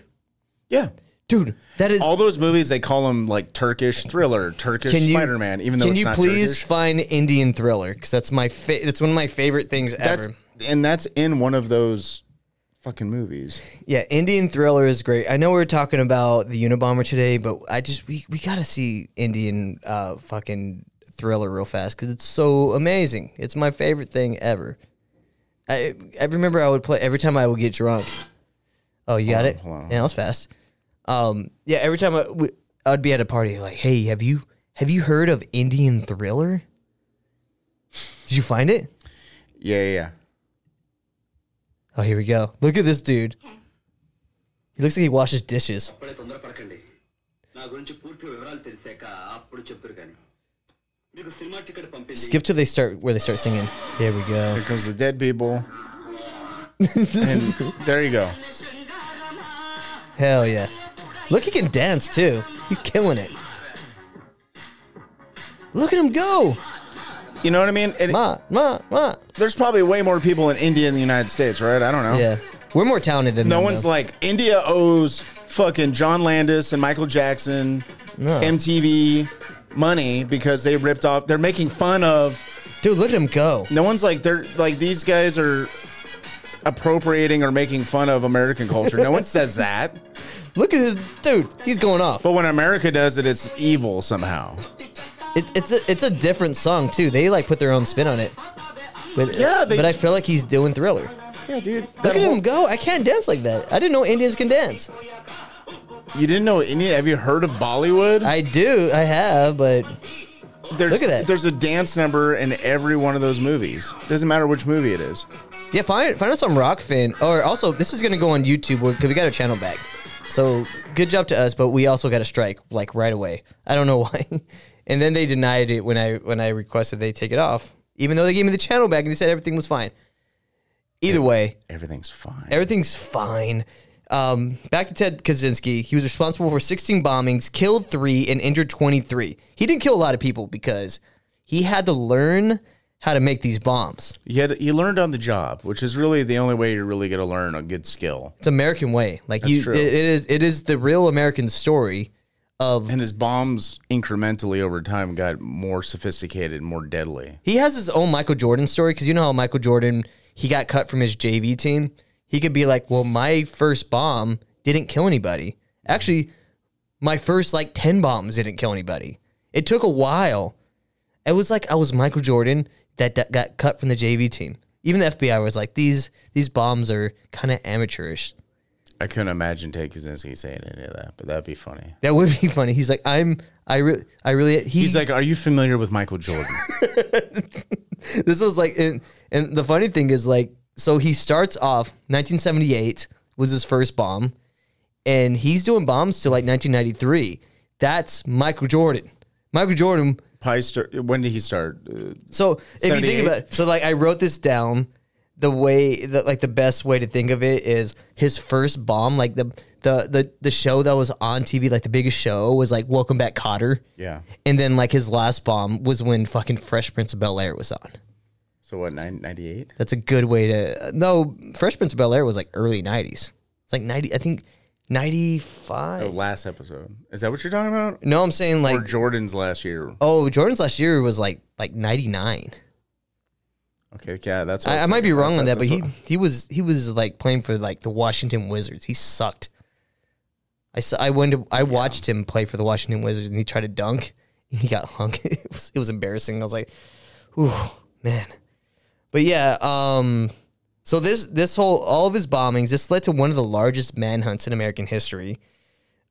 yeah. Dude, that is. All those movies they call them like Turkish thriller, Turkish can you Spider Man, even though can it's you not please Turkish. find Indian thriller? Because that's my fa- that's one of my favorite things That's ever. and that's in one of those fucking movies. Yeah, Indian Thriller is great. I know we were talking about the Unabomber today, but I just we, we gotta see Indian uh, fucking Thriller real fast because it's so amazing. It's my favorite thing ever. I I remember I would play every time I would get drunk. Oh, you got it. Yeah, that was fast. Um, yeah, every time I we, I'd be at a party, like, hey, have you have you heard of Indian Thriller? Did you find it? Yeah, yeah, yeah. Oh, here we go. Look at this dude. He looks like he washes dishes. ఇప్పుడే తొందరపడకండి నా గురించి పూర్తి వివరాలు తెలిసాక అప్పుడు చెప్తురు కానీ మీకు సినిమా టికెట్ పంపింది Skip till they start where they start singing. There we go. Here comes the dead people. and there you go. Hell yeah. Look, he can dance too. He's killing it. Look at him go. You know what I mean? And Ma, ma, ma. there's probably way more people in India in the United States, right? I don't know. Yeah. We're more talented than Oh. No them, one's though. like India owes fucking John Landis and Michael Jackson, No. MTV money because they ripped off. They're making fun of. Dude, look at him go. No one's like they're like these guys are appropriating or making fun of American culture. No one says that. Look at his dude. He's going off. But when America does it, it's evil somehow. It's it's a it's a different song too. They like put their own spin on it. But, Yeah, they- but I feel like he's doing thriller. Yeah, dude. that Look at whole- him go. I can't dance like that. I didn't know Indians can dance. You didn't know India? Have you heard of Bollywood? I do. I have, but there's, look at that. There's a dance number in every one of those movies. Doesn't matter which movie it is. Yeah, find find us on Rockfin. Or also, this is gonna go on YouTube because we got our channel back. So good job to us, but we also got a strike like right away. I don't know why. and then they denied it when I when I requested they take it off, even though they gave me the channel back and they said everything was fine. Either way, Everything's fine. everything's fine. Um, back to Ted Kaczynski. He was responsible for 16 bombings, killed three, and injured 23. He didn't kill a lot of people because he had to learn how to make these bombs. He had he learned on the job, which is really the only way you're really going to learn a good skill. It's American way. Like you, true. it- it is. It is the real American story of And his bombs incrementally over time got more sophisticated, more deadly. He has his own Michael Jordan story because you know how Michael Jordan he got cut from his JV team. He could be like, "Well, my first bomb didn't kill anybody. Actually, my first like ten bombs didn't kill anybody. It took a while. It was like I was Michael Jordan that, that got cut from the JV team. Even the FBI was like, "These these bombs are kind of amateurish." I couldn't imagine Ted Kaczynski saying any of that, but that'd be funny. That would be funny. He's like, "I'm I really I really he, He's like, "Are you familiar with Michael Jordan?" this was like and, and the funny thing is like so he starts off 1978 was his first bomb and he's doing bombs till like 1993 that's michael jordan michael jordan Pie start, when did he start? Uh, so if you think 78. about so like i wrote this down the way that like the best way to think of it is his first bomb like the the the, the show that was on tv like the biggest show was like welcome back cotter yeah. and then like his last bomb was when fucking fresh prince of bel-air was on So what? nine- 98? That's a good way to. No, Fresh Prince of Bel Air was like early '90s. It's like '90. I think The '95. Oh, last episode. Is that what you're talking about? No, I'm saying Or like. Jordan's last year? Oh, Jordan's last year was like like '99. Okay, yeah, that's. what I, I was might thinking. be wrong That's- on that, but that's he what- he was he was like playing for like the Washington Wizards. He sucked. I saw, I went to, I watched him play for the Washington Wizards, and he tried to dunk, and he got hung. it, was, it was embarrassing. I was like, "Ooh, man." But yeah, um, so this this whole all of his bombings this led to one of the largest manhunts in American history.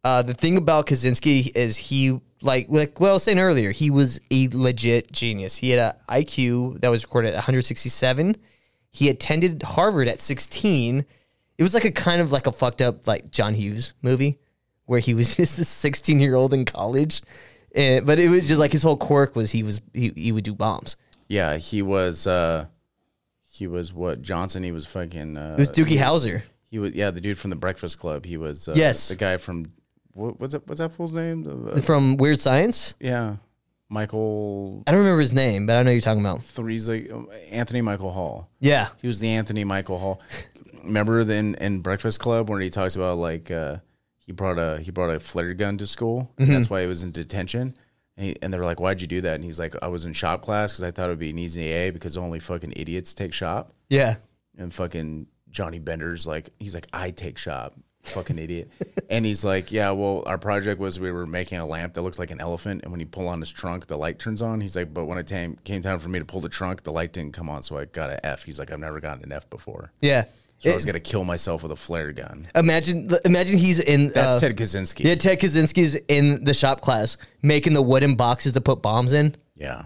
Uh, the thing about Kaczynski is he like like what I was saying earlier, he was a legit genius. He had a IQ that was recorded at 167. He attended Harvard at 16. It was like a kind of like a fucked up like John Hughes movie where he was just a 16 year old in college. And, but it was just like his whole quirk was he was he, he would do bombs. yeah, he was. uh He was what Johnson? He was fucking. Uh, It was Dookie Howser. He was yeah, the dude from the Breakfast Club. He was uh, Yes. the guy from what was that? What's that fool's name? The- uh, from Weird Science. yeah, Michael. I don't remember his name, but I know who you're talking about. He's like um, Anthony Michael Hall. Yeah. He was the Anthony Michael Hall. Remember the- in, in Breakfast Club when he talks about like uh, he brought a he brought a flare gun to school. And that's why he was in detention. And, he, and they were like, "Why'd you do that?" And he's like, "I was in shop class because I thought it would be an easy A because only fucking idiots take shop." Yeah. and fucking Johnny Bender's like he's like I take shop fucking idiot and he's like yeah well our project was we were making a lamp that looks like an elephant and when you pull on his trunk the light turns on he's like but when it came, came time for me to pull the trunk the light didn't come on so I got an F he's like I've never gotten an F before Yeah. so I was gonna kill myself with a flare gun Uh, Imagine imagine he's in that's uh, Ted Kaczynski Yeah, Ted Kaczynski's in the shop class making the wooden boxes to put bombs in. yeah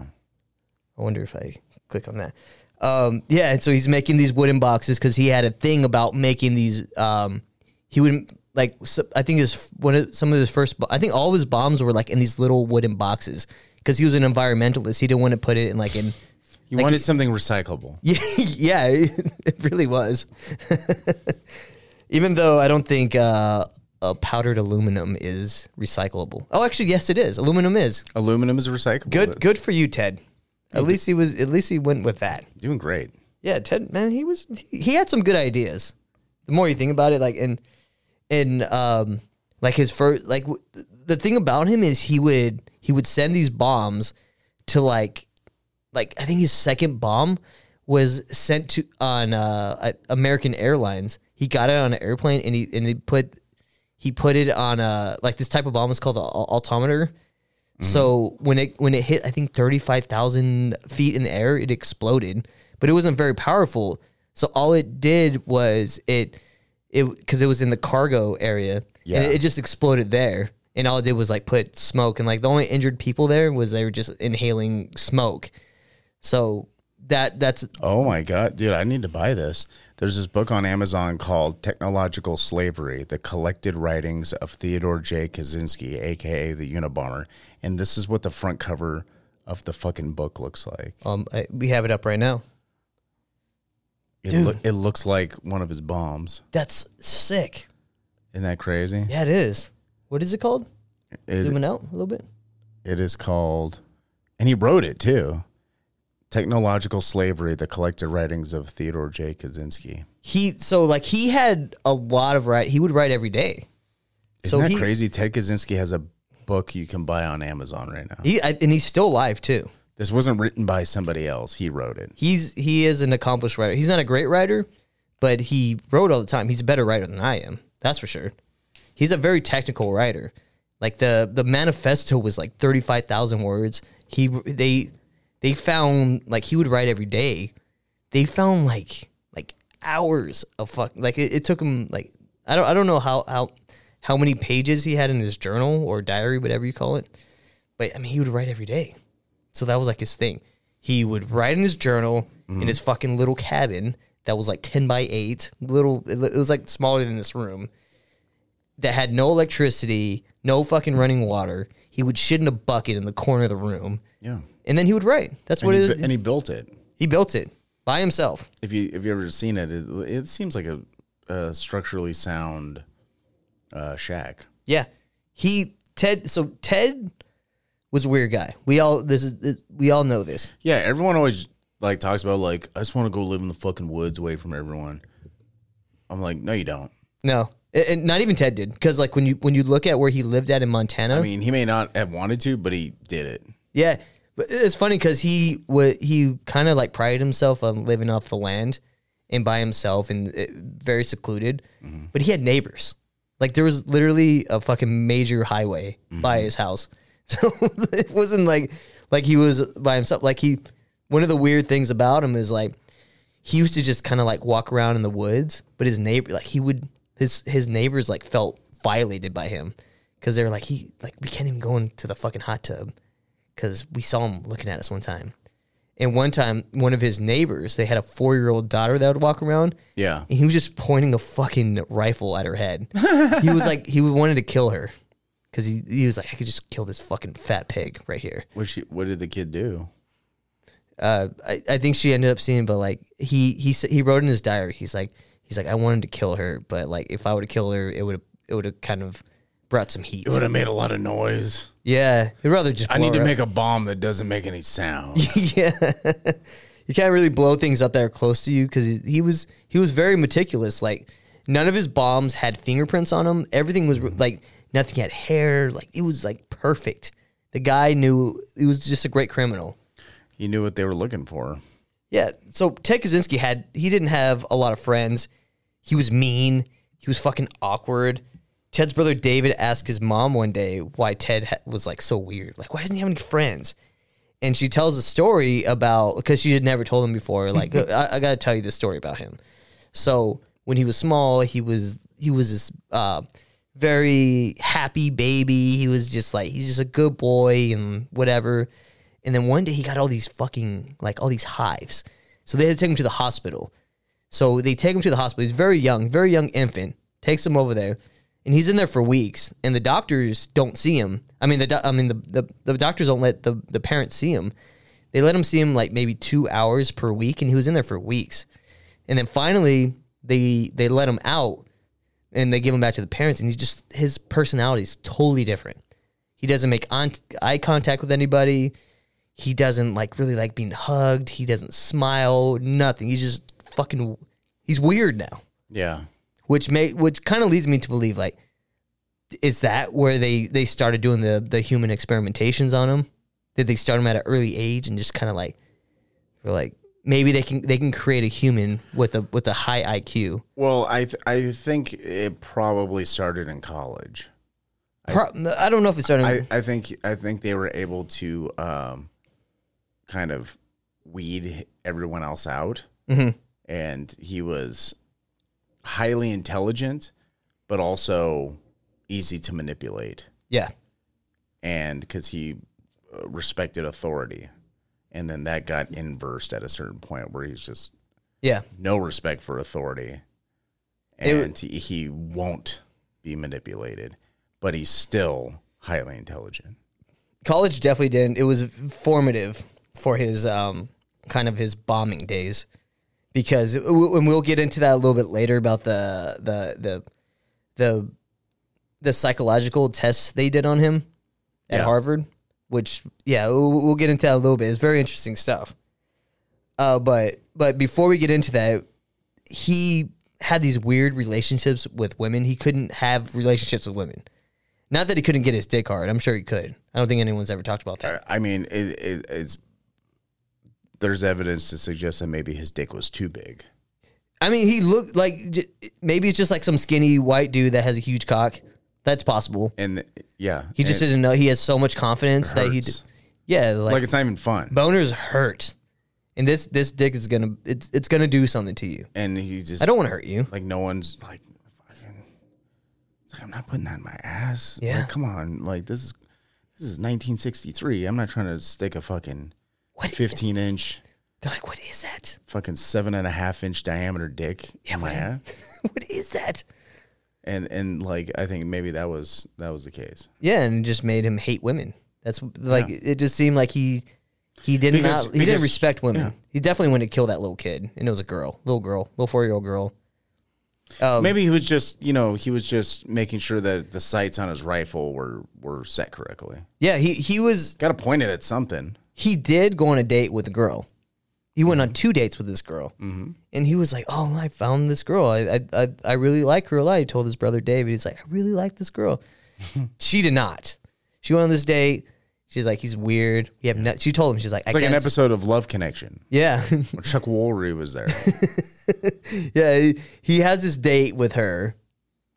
I wonder if I click on that. Um, yeah, and so he's making these wooden boxes because he had a thing about making these. Um, he would like s I I think his one of some of his first. bo- I think all of his bombs were like in these little wooden boxes because he was an environmentalist. He didn't want to put it in like in. he Like wanted he- something recyclable Yeah, yeah, it really was. Even though I don't think uh, uh, powdered aluminum is recyclable. Oh, actually, yes, it is. Aluminum is aluminum is recyclable good. That's- Good for you, Ted. At least he was. At least he went with that. doing great Yeah, Ted. Man, he was. He, he had some good ideas. The more you think about it, like and and um, like his first, like w- the thing about him is he would he would send these bombs to like like I think his second bomb was sent to on uh, uh, American Airlines. He got it on an airplane and he and he put he put it on a like this type of bomb is called an altimeter. So when it when it hit, I think thirty five thousand feet in the air, it exploded, but it wasn't very powerful. So all it did was it it because it was in the cargo area, Yeah. and it, it just exploded there. And all it did was like put smoke, and like the only injured people there was they were just inhaling smoke. So that that's Oh my god, dude, I need to buy this. There's this book on Amazon called Technological Slavery: The Collected Writings of Theodore J. Kaczynski, aka the Unabomber. And this is what the front cover of the fucking book looks like. um I, we have it up right now. It, loo- it looks like one of his bombs. That's sick. Isn't that crazy? Yeah, it is. What is it called? It, Zooming out a little bit. it is called, and he wrote it too. Technological Slavery: The Collected Writings of Theodore J. Kaczynski. He so like he had a lot of write. He would write every day. Isn't So that he- crazy? Ted Kaczynski has a book you can buy on Amazon right now. He I, and he's still alive too. this wasn't written by somebody else. He wrote it. He's he is an accomplished writer. He's not a great writer, but he wrote all the time. He's a better writer than I am. That's for sure. He's a very technical writer. Like the the manifesto was like thirty five thousand words. He they they found like he would write every day. They found like like hours of fuck. Like it, it took him like I don't I don't know how how how many pages he had in his journal or diary, whatever you call it. But I mean, he would write every day. So that was like his thing. He would write in his journal Mm-hmm. in his fucking little cabin that was like 10 by 8, little, it li- it was like smaller than this room, that had no electricity, no fucking running water. He would shit in a bucket in the corner of the room. Yeah. And then he would write. That's And what he, it bu- is. and he built it. he built it by himself. If you if you ever seen it, it, it seems like a, a structurally sound uh, shack. Yeah. He, Ted, so Ted was a weird guy. We all, this is, we all know this. Yeah, everyone always like talks about like I just want to go live in the fucking woods away from everyone. I'm like, no, you don't. No. And- And not even Ted did, because like when you when you look at where he lived at in Montana, I mean, he may not have wanted to, but he did it. Yeah, but it's funny because he wa he kind of like prided himself on living off the land and by himself and uh, very secluded. But he had neighbors. Like there was literally a fucking major highway by his house, so it wasn't like like he was by himself. Like he, one of the weird things about him is like he used to just kind of like walk around in the woods, but his neighbor, like he would, his his neighbors like felt violated by him because they were like he like we can't even go into the fucking hot tub because we saw him looking at us one time. And one time, one of his neighbors, they had a four year old daughter that would walk around. Yeah. And he was just pointing a fucking rifle at her head. he was like, he wanted to kill her because he, he was like, I could just kill this fucking fat pig right here. What she, what did the kid do? Uh, I, I think she ended up seeing, but like he he s- he wrote in his diary, he's like he's like I wanted to kill her, but like if I would have killed her, it would have it would have kind of brought some heat. have made a lot of noise. Yeah, he'd rather just. I blow need to her up. make a bomb that doesn't make any sound. yeah. you can't really blow things up that are close to you because he, he was he was very meticulous. Like none of his bombs had fingerprints on them. Everything was Mm-hmm. like nothing had hair. Like it was like perfect. The guy knew he was just a great criminal. he knew what they were looking for. Yeah. So Ted Kaczynski had he didn't have a lot of friends. He was mean. He was fucking awkward. Ted's brother David asked his mom one day why Ted ha- was like so weird. Like, why doesn't he have any friends? And she tells a story about because she had never told him before. Like, I, I got to tell you this story about him. So when he was small, he was he was this uh, very happy baby. He was just like he's just a good boy and whatever. And then one day he got all these fucking like all these hives. So they had to take him to the hospital. So they take him to the hospital. He's very young, very young infant. Takes him over there, and he's in there for weeks. And the doctors don't see him. I mean, the do- I mean the, the the doctors don't let the the parents see him. They let him see him like maybe two hours per week, and he was in there for weeks. And then finally, they they let him out, and they give him back to the parents. And he's just his personality is totally different. He doesn't make on, eye contact with anybody. He doesn't like really like being hugged. He doesn't smile. Nothing. He's just fucking. He's weird now, Yeah. which may which kind of leads me to believe like, is that where they they started doing the the human experimentations on him? Did they start him at an early age and just kind of like, were like maybe they can they can create a human with a with a high IQ? Well, I th- I think it probably started in college. Pro- I, don't know if it started. I, I think I think they were able to um, kind of weed everyone else out, and he was highly intelligent, but also easy to manipulate, yeah, and because he uh, respected authority, and then that got inversed at a certain point where he's just yeah. no respect for authority, It w- and he, he won't be manipulated, but he's still highly intelligent. college definitely didn't. It was formative for his um, kind of his bombing days because, and we'll get into that a little bit later about the the the the the psychological tests they did on him at Yeah. Harvard, which yeah, we'll, we'll get into that a little bit. It's very interesting stuff. Uh, but but before we get into that, he had these weird relationships with women. He couldn't have relationships with women. Not that he couldn't get his dick hard. I'm sure he could. I don't think anyone's ever talked about that. I mean, it, it, it's there's evidence to suggest that maybe his dick was too big. I mean, he looked like j- maybe it's just like some skinny white dude that has a huge cock. That's possible. And yeah, He just and didn't know. He has so much confidence that he, d- hurts. yeah, like like, it's not even fun. boners hurt, and this this dick is gonna it's it's gonna do something to you. and he just I don't want to hurt you. like no one's like fucking like, I'm not putting that in my ass. Yeah. Like, come on. Like this is this is 1963. I'm not trying to stick a fucking What? 15 inch, They're like, what is that? fucking seven and a half inch diameter dick. Yeah. what- what is that? And and like I think maybe that was that was the case Yeah, and it just made him hate women. That's like it just seemed like he he did Because- not he didn't because- respect women. yeah. He definitely wanted to kill that little kid, and it was a girl, little girl, little four year old girl. Um, maybe he was just you know he was just making sure that the sights on his rifle were were set correctly yeah, he he was got to point it at something he did go on a date with a girl. He went Mm-hmm. on two dates with this girl, mm-hmm. and he was like, "Oh, I found this girl. I, I, I, I really like her a lot." He told his brother David, "He's like, I really like this girl." she did not. She went on this date. She's like, "He's weird." We have no, She told him, "She's like, it's I like an can't." s- episode of Love Connection Yeah, where Chuck Woolery was there yeah. He, he has this date with her,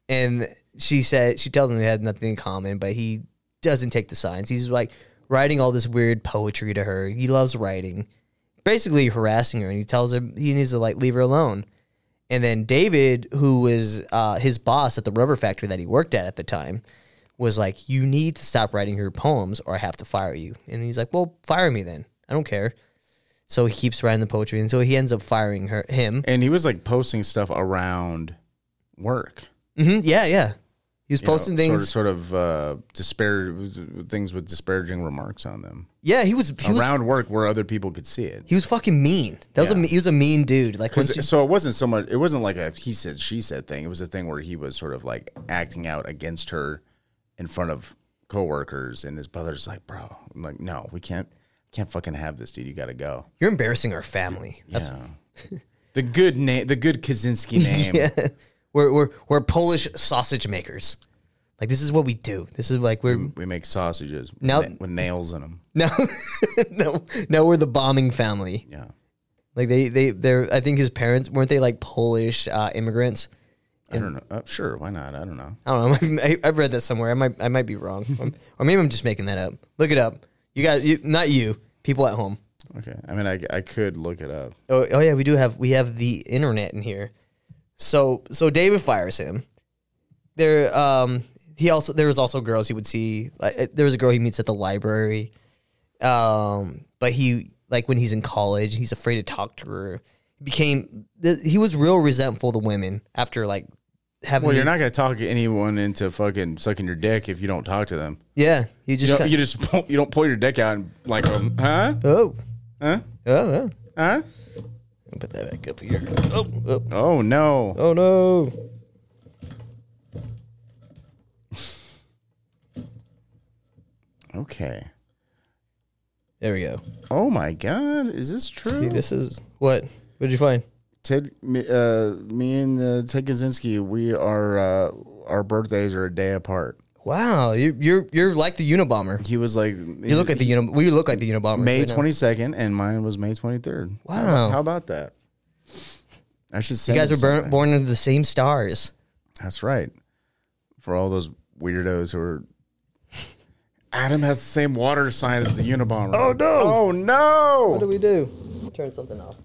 and she said she tells him they had nothing in common, but he doesn't take the signs. He's like writing all this weird poetry to her. He loves writing, basically harassing her, and he tells her he needs to like leave her alone. And then David, who was uh, his boss at the rubber factory that he worked at at the time, was like, "You need to stop writing her poems, or I have to fire you." And he's like, "Well, fire me then. I don't care." So he keeps writing the poetry, and so he ends up firing her him. and he was like posting stuff around work hmm yeah, yeah. He was you know, posting things. sort of, sort of uh, disparage things with disparaging remarks on them yeah, he was he was around work where other people could see it. He was fucking mean. That was a Yeah. me- he was a mean dude. Like 'Cause- once you- so it wasn't so much. It wasn't like a he said she said thing. It was a thing where he was sort of like acting out against her in front of coworkers, and his brother's like, "Bro, I'm like, no, we can't, can't fucking have this, dude. You got to go." you're embarrassing our family. That's Yeah. the good name, the good Kaczynski name. yeah. We're we're we're Polish sausage makers. Like this is what we do. This is like we're We make sausages with Now- na- with nails in them. no no no we're the bombing family. Yeah. Like they they they're I think his parents weren't they like Polish uh, immigrants. I don't know. Uh, sure, why not? I don't know. I don't know. I, I've read that somewhere. I might I might be wrong, Um, or maybe I'm just making that up. Look it up. You guys, you, not you. People at home. Okay. I mean, I, I could look it up. Oh, oh yeah, we do have we have the internet in here. So so David fires him. There um he also there was also girls he would see. Like, uh, There was a girl he meets at the library. Um, but he like when he's in college, he's afraid to talk to her. He became th- he was real resentful to women after like having. Well, you're not going to talk anyone into fucking sucking your dick if you don't talk to them. Yeah, you just You don't, kinda- you just pull, you don't pull your dick out and like, um, huh, oh huh, oh oh. huh? Put that back up here. Oh oh Oh no! oh no. Okay. There we go. Oh my God, is this See, true? this is what? What did you find? Ted, me, uh, me and uh, Ted Kaczynski, we are uh, our birthdays are a day apart. Wow, you, you're you're like the Unabomber. He was like, You look at the Unabomber. We look like the Unabomber. May right now. twenty second, and mine was May twenty third. How Wow. about, how about that? I should say You guys were born, born under the same stars. That's right. For all those weirdos who are. Adam has the same water sign as the Unabomber. Oh no! Oh no! we do? Turn something off.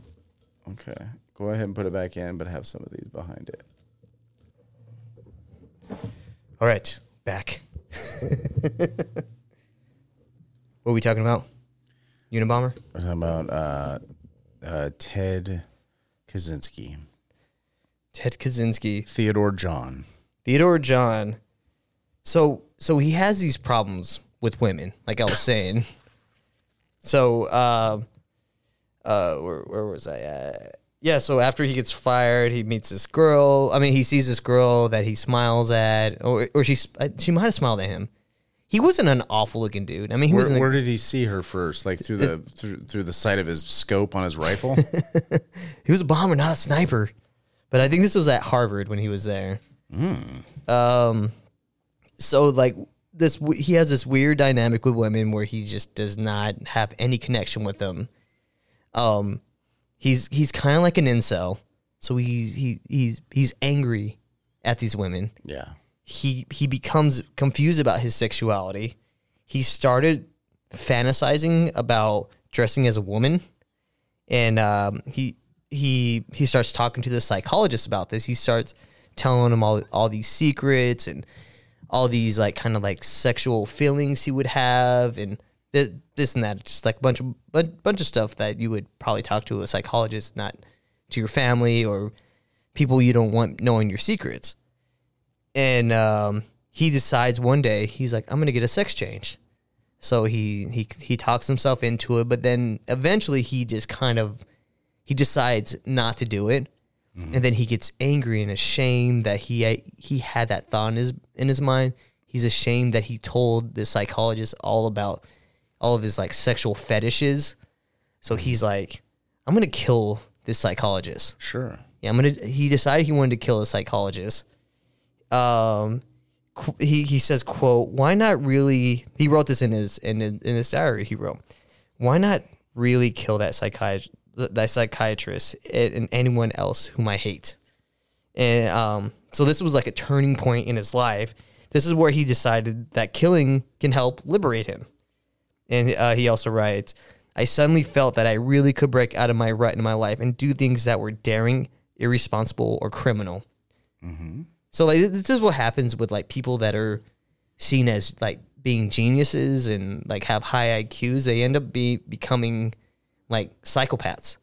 Okay, go ahead and put it back in, but have some of these behind it. All right, back. what are we talking about? Unabomber. We're talking about uh, uh, Ted Kaczynski, Ted Kaczynski, Theodore John. Theodore John. So so he has these problems with women, like I was saying. um, So uh, uh, where, where was I? At? yeah, so after he gets fired, he meets this girl. I mean, he sees this girl that he smiles at, or or she uh, she might have smiled at him. He wasn't an awful looking dude. I mean, he was Where, in the- where did he see her first? Like through the through, through the sight of his scope on his rifle. he was a bomber, not a sniper. But I think this was at Harvard when he was there. Um, so like this, w- he has this weird dynamic with women where he just does not have any connection with them. Um, he's he's kind of like an incel, so he's he he's he's angry at these women yeah, he he becomes confused about his sexuality. He started fantasizing about dressing as a woman, and um, he he he starts talking to the psychologist about this. He starts telling him all all these secrets and all these like kind of like sexual feelings he would have and this, this and that just like a bunch of bun- bunch of stuff that you would probably talk to a psychologist not to your family or people you don't want knowing your secrets and um, he decides one day he's like i'm gonna get a sex change so he he he talks himself into it but then eventually he just kind of he decides not to do it and then he gets angry and ashamed that he he had that thought in his in his mind he's ashamed that he told the psychologist all about all of his like sexual fetishes so he's like i'm gonna kill this psychologist sure. yeah, I'm gonna. He decided he wanted to kill a psychologist. Um, qu- he he says, "quote Why not really?" He wrote this in his in in his diary. He wrote, "Why not really kill that psychiatrist, that psychiatrist, and, and anyone else whom I hate?" And um, so this was like a turning point in his life. This is where he decided that killing can help liberate him. And uh, he also writes, I suddenly felt that I really could break out of my rut in my life and do things that were daring, irresponsible, or criminal. Mm-hmm. So like this is what happens with like people that are seen as like being geniuses and like have high IQs. They end up be becoming like psychopaths.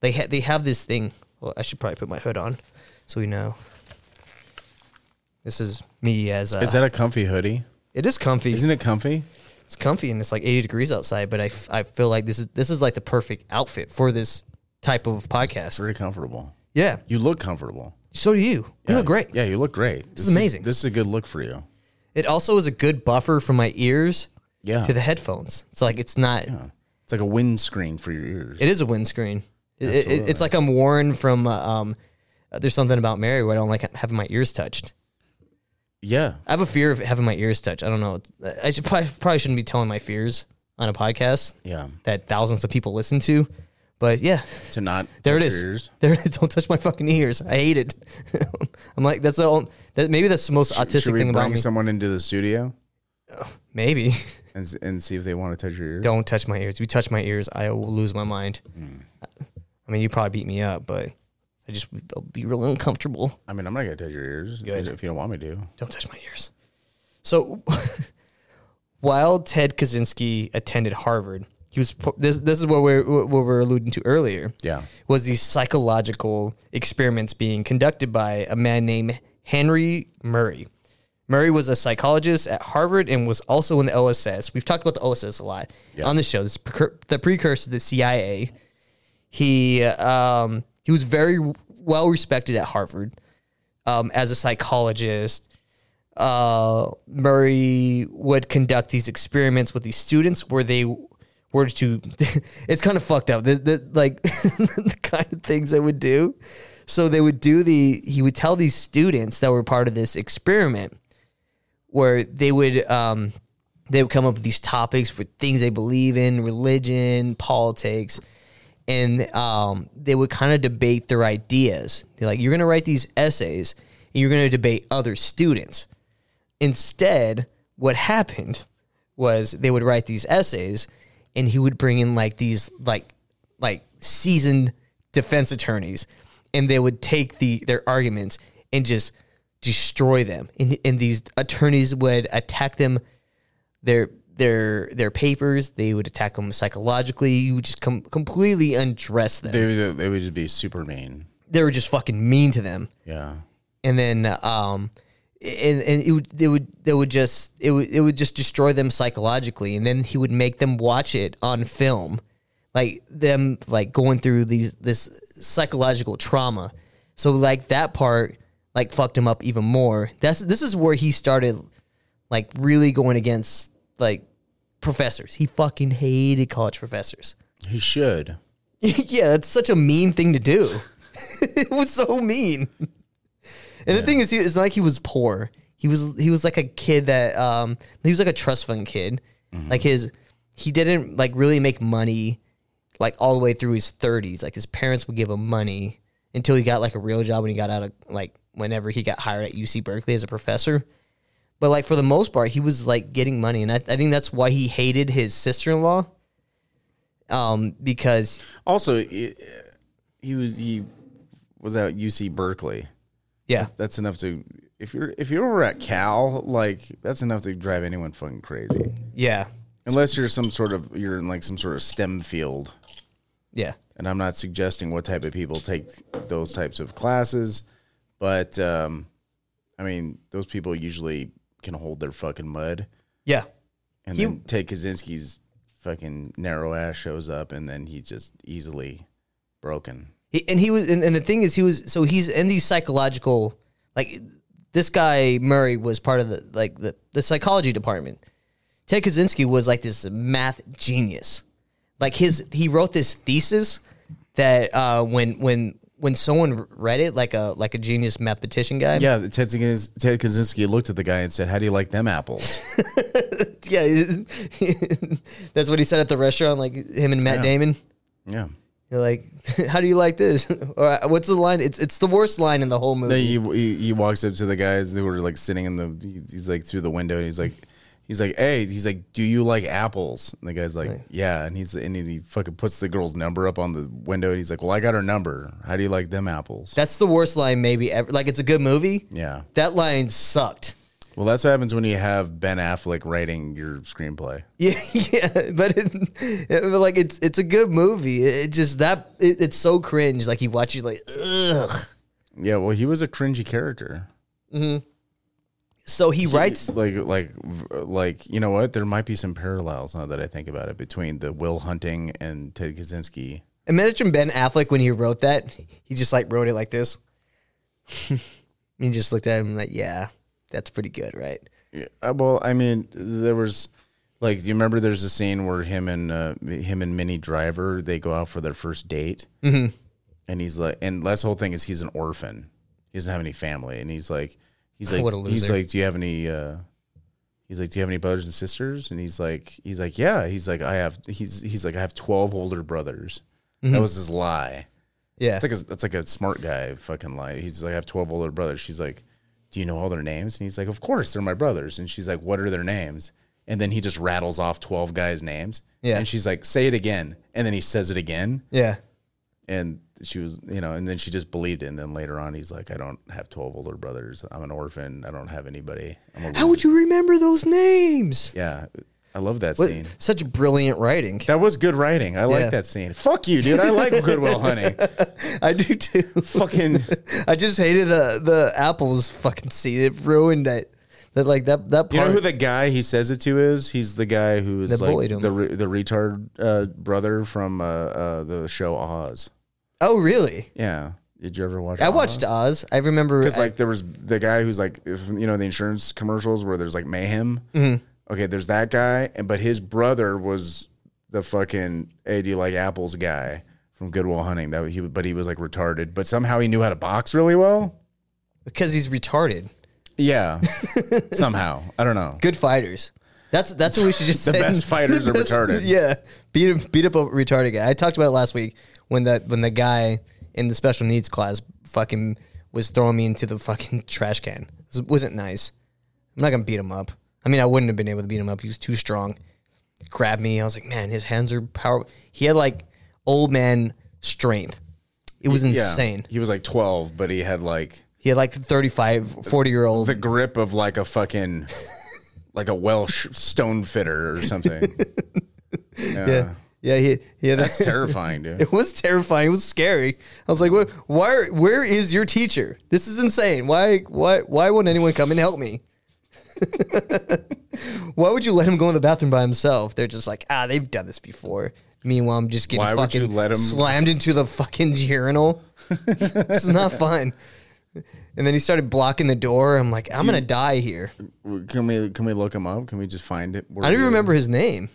They ha- they have this thing. Well, I should probably put my hood on so we know. This is me as uh, Is that a comfy hoodie? it is comfy. Isn't it comfy? It's comfy and it's like 80 degrees outside, but I, f- I feel like this is this is like the perfect outfit for this type of podcast. Very comfortable. Yeah. You look comfortable. So do you. You look great. Yeah, you look great. This, is amazing. this is a good look for you. It also is a good buffer from my ears Yeah. to the headphones. So like it's not It's like a windscreen for your ears. it is a windscreen. It, it- it, it's like I'm worn from uh, um uh, there's something about Mary where I don't like having my ears touched. yeah. I have a fear of having my ears touched. I don't know. I should probably, probably shouldn't be telling my fears on a podcast Yeah. that thousands of people listen to. But yeah, To not There it touch is. your ears. There, don't touch my fucking ears. I hate it. I'm like, that's the only, that maybe that's the most Should autistic we thing about bring me. someone into the studio maybe and s- and see if they want to touch your ears? don't touch my ears. If you touch my ears, I will lose my mind. Hmm. I mean, you probably beat me up, but I just I'll be really uncomfortable. I mean, I'm not gonna touch your ears. Good. If you don't want me to. Don't touch my ears. So, while Ted Kaczynski attended Harvard, he was pu- this. This is what we're what we were alluding to earlier. Yeah. was these psychological experiments being conducted by a man named Henry Murray. Murray was a psychologist at Harvard and was also in the OSS. We've talked about the OSS a lot on the show. This is precur- the precursor to the CIA. He um, he was very well respected at Harvard um, as a psychologist. Uh, Murray would conduct these experiments with these students where they were to. it's kind of fucked up. The, the, like the kind of things they would do. So they would do the. He would tell these students that were part of this experiment where they would um, they would come up with these topics with things they believe in, religion, politics, and um, they would kind of debate their ideas. They're like, "You're going to write these essays, and you're going to debate other students." Instead, what happened was they would write these essays, and he would bring in like these like like seasoned defense attorneys, and they would take the their arguments and just destroy them. And, and these attorneys would attack them their their their papers. They would attack them psychologically. You would just com- completely undress them. They, would- they would just be super mean. They were just fucking mean to them. Yeah. And then um and, and it would it would they would just it would it would just destroy them psychologically and then he would make them watch it on film like them like going through these this psychological trauma. So like that part like fucked him up even more. That's this is where he started like really going against like professors. He fucking hated college professors. He should. yeah, that's such a mean thing to do. it was so mean. And the thing is, he, it's not like he was poor. He was he was like a kid that um he was like a trust fund kid. Like his he didn't like really make money like all the way through his thirties. Like his parents would give him money until he got like a real job when he got out of like whenever he got hired at UC Berkeley as a professor. But like for the most part, he was like getting money, and I, I think that's why he hated his sister in law. Um, because Also, i- he was he was at UC Berkeley. yeah, That's enough to if you're if you're over at Cal, like that's enough to drive anyone fucking crazy. yeah, Unless you're some sort of you're in like some sort of STEM field. yeah. and I'm not suggesting what type of people take those types of classes, but um, I mean, those people usually can hold their fucking mud. Yeah. And He- then Ted Kaczynski's fucking narrow ass shows up, and then he's just easily broken. He, and he was, and, and the thing is, he was, so he's in these psychological, like, this guy, Murray, was part of the, like, the, the psychology department. Ted Kaczynski was like this math genius. Like, his, he wrote this thesis that, uh, when, when, when someone read it, like a, like a genius mathematician guy, Yeah, Ted, Zagins- Ted Kaczynski looked at the guy and said, "How do you like them apples?" yeah, that's what he said at the restaurant, like him and Matt Damon. yeah, You're like, how do you like this? or "Uh, what's the line? It's, it's the worst line in the whole movie. then he, he he walks up to the guys who were like sitting in the he's he's, like through the window and he's like he's like hey he's like do you like apples and the guy's like yeah and he's and he fucking puts the girl's number up on the window and he's like well I got her number how do you like them apples That's the worst line maybe ever. Like it's a good movie. yeah That line sucked. well that's what happens when you have Ben Affleck writing your screenplay Yeah, yeah, but it, it- but, like it's it's a good movie. It, it just that it, it's so cringe. Like you watch it like ugh. yeah well he was a cringy character So he writes It's like like like you know what there might be some parallels now that I think about it between the Will Hunting and Ted Kaczynski Imagine Ben Affleck when he wrote that. He just like wrote it like this. he just looked at him like, yeah, that's pretty good, right? Uh, well, I mean, there was like, do you remember? There's a scene where him and uh, him and Minnie Driver they go out for their first date, mm-hmm. and he's like, and that's the whole thing is he's an orphan. He doesn't have any family, and he's like, he's like, What a he's loser. like, do you have any? Uh, he's like, do you have any brothers and sisters? And he's like, he's like, yeah. He's like, I have. He's he's like, I have twelve older brothers. Mm-hmm. That was his lie. Yeah. It's like a, that's like a smart guy fucking lie. He's like, I have twelve older brothers. She's like, Do you know all their names? And he's like, Of course, they're my brothers. And she's like, What are their names? And then he just rattles off twelve guys' names. Yeah. And she's like, Say it again. And then he says it again. yeah. And she was, you know, and then she just believed it. And then later on, he's like, I don't have twelve older brothers. I'm an orphan. I don't have anybody. I'm a How would you remember those names? yeah, I love that What- scene. such brilliant writing. That was good writing. I like Yeah. that scene. Fuck you, dude. I like Goodwill Hunting. I do too. Fucking I just hated the the apples fucking scene. It ruined it. That like that that part. You know who the guy he says it to is? He's the guy who is That like bullied him. the re- the retard uh, brother from uh, uh, the show Oz. oh really? Yeah, did you ever watch? I watched Oz. I remember. because Uh-huh. like there was the guy who's like if, you know the insurance commercials where there's like mayhem. Mm-hmm. Okay, there's that guy, and but his brother was the fucking hey, do you like apples guy from Goodwill Hunting. That he but he was like retarded, but somehow he knew how to box really well. because he's retarded. Yeah, somehow I don't know. Good fighters. That's that's what we should just The send. best fighters are retarded. Yeah, beat up beat up a retarded guy. I talked about it last week when that when the guy in the special needs class fucking was throwing me into the fucking trash can. It wasn't nice. I'm not gonna beat him up. I mean, I wouldn't have been able to beat him up. He was too strong. Grabbed me. I was like, man, his hands are power. He had like old man strength. It was Yeah. insane. He was like twelve, but he had like. He had like 35, 40 year old. the grip of like a fucking like a Welsh stone fitter or something. Yeah. yeah, yeah, he, yeah. That's terrifying, dude. It was terrifying. It was scary. I was like, "Where? Why? are- Where is your teacher? This is insane. Why? Why? Why won't anyone come and help me? why would you let him go in the bathroom by himself? They're just like, ah, they've done this before. Meanwhile, I'm just getting Why would fucking you let 'em- slammed into the fucking urinal. this is not fun. And then he started blocking the door. I'm like, I'm gonna die here. Can we can we look him up? Can we just find it? Where I don't he even is? remember his name.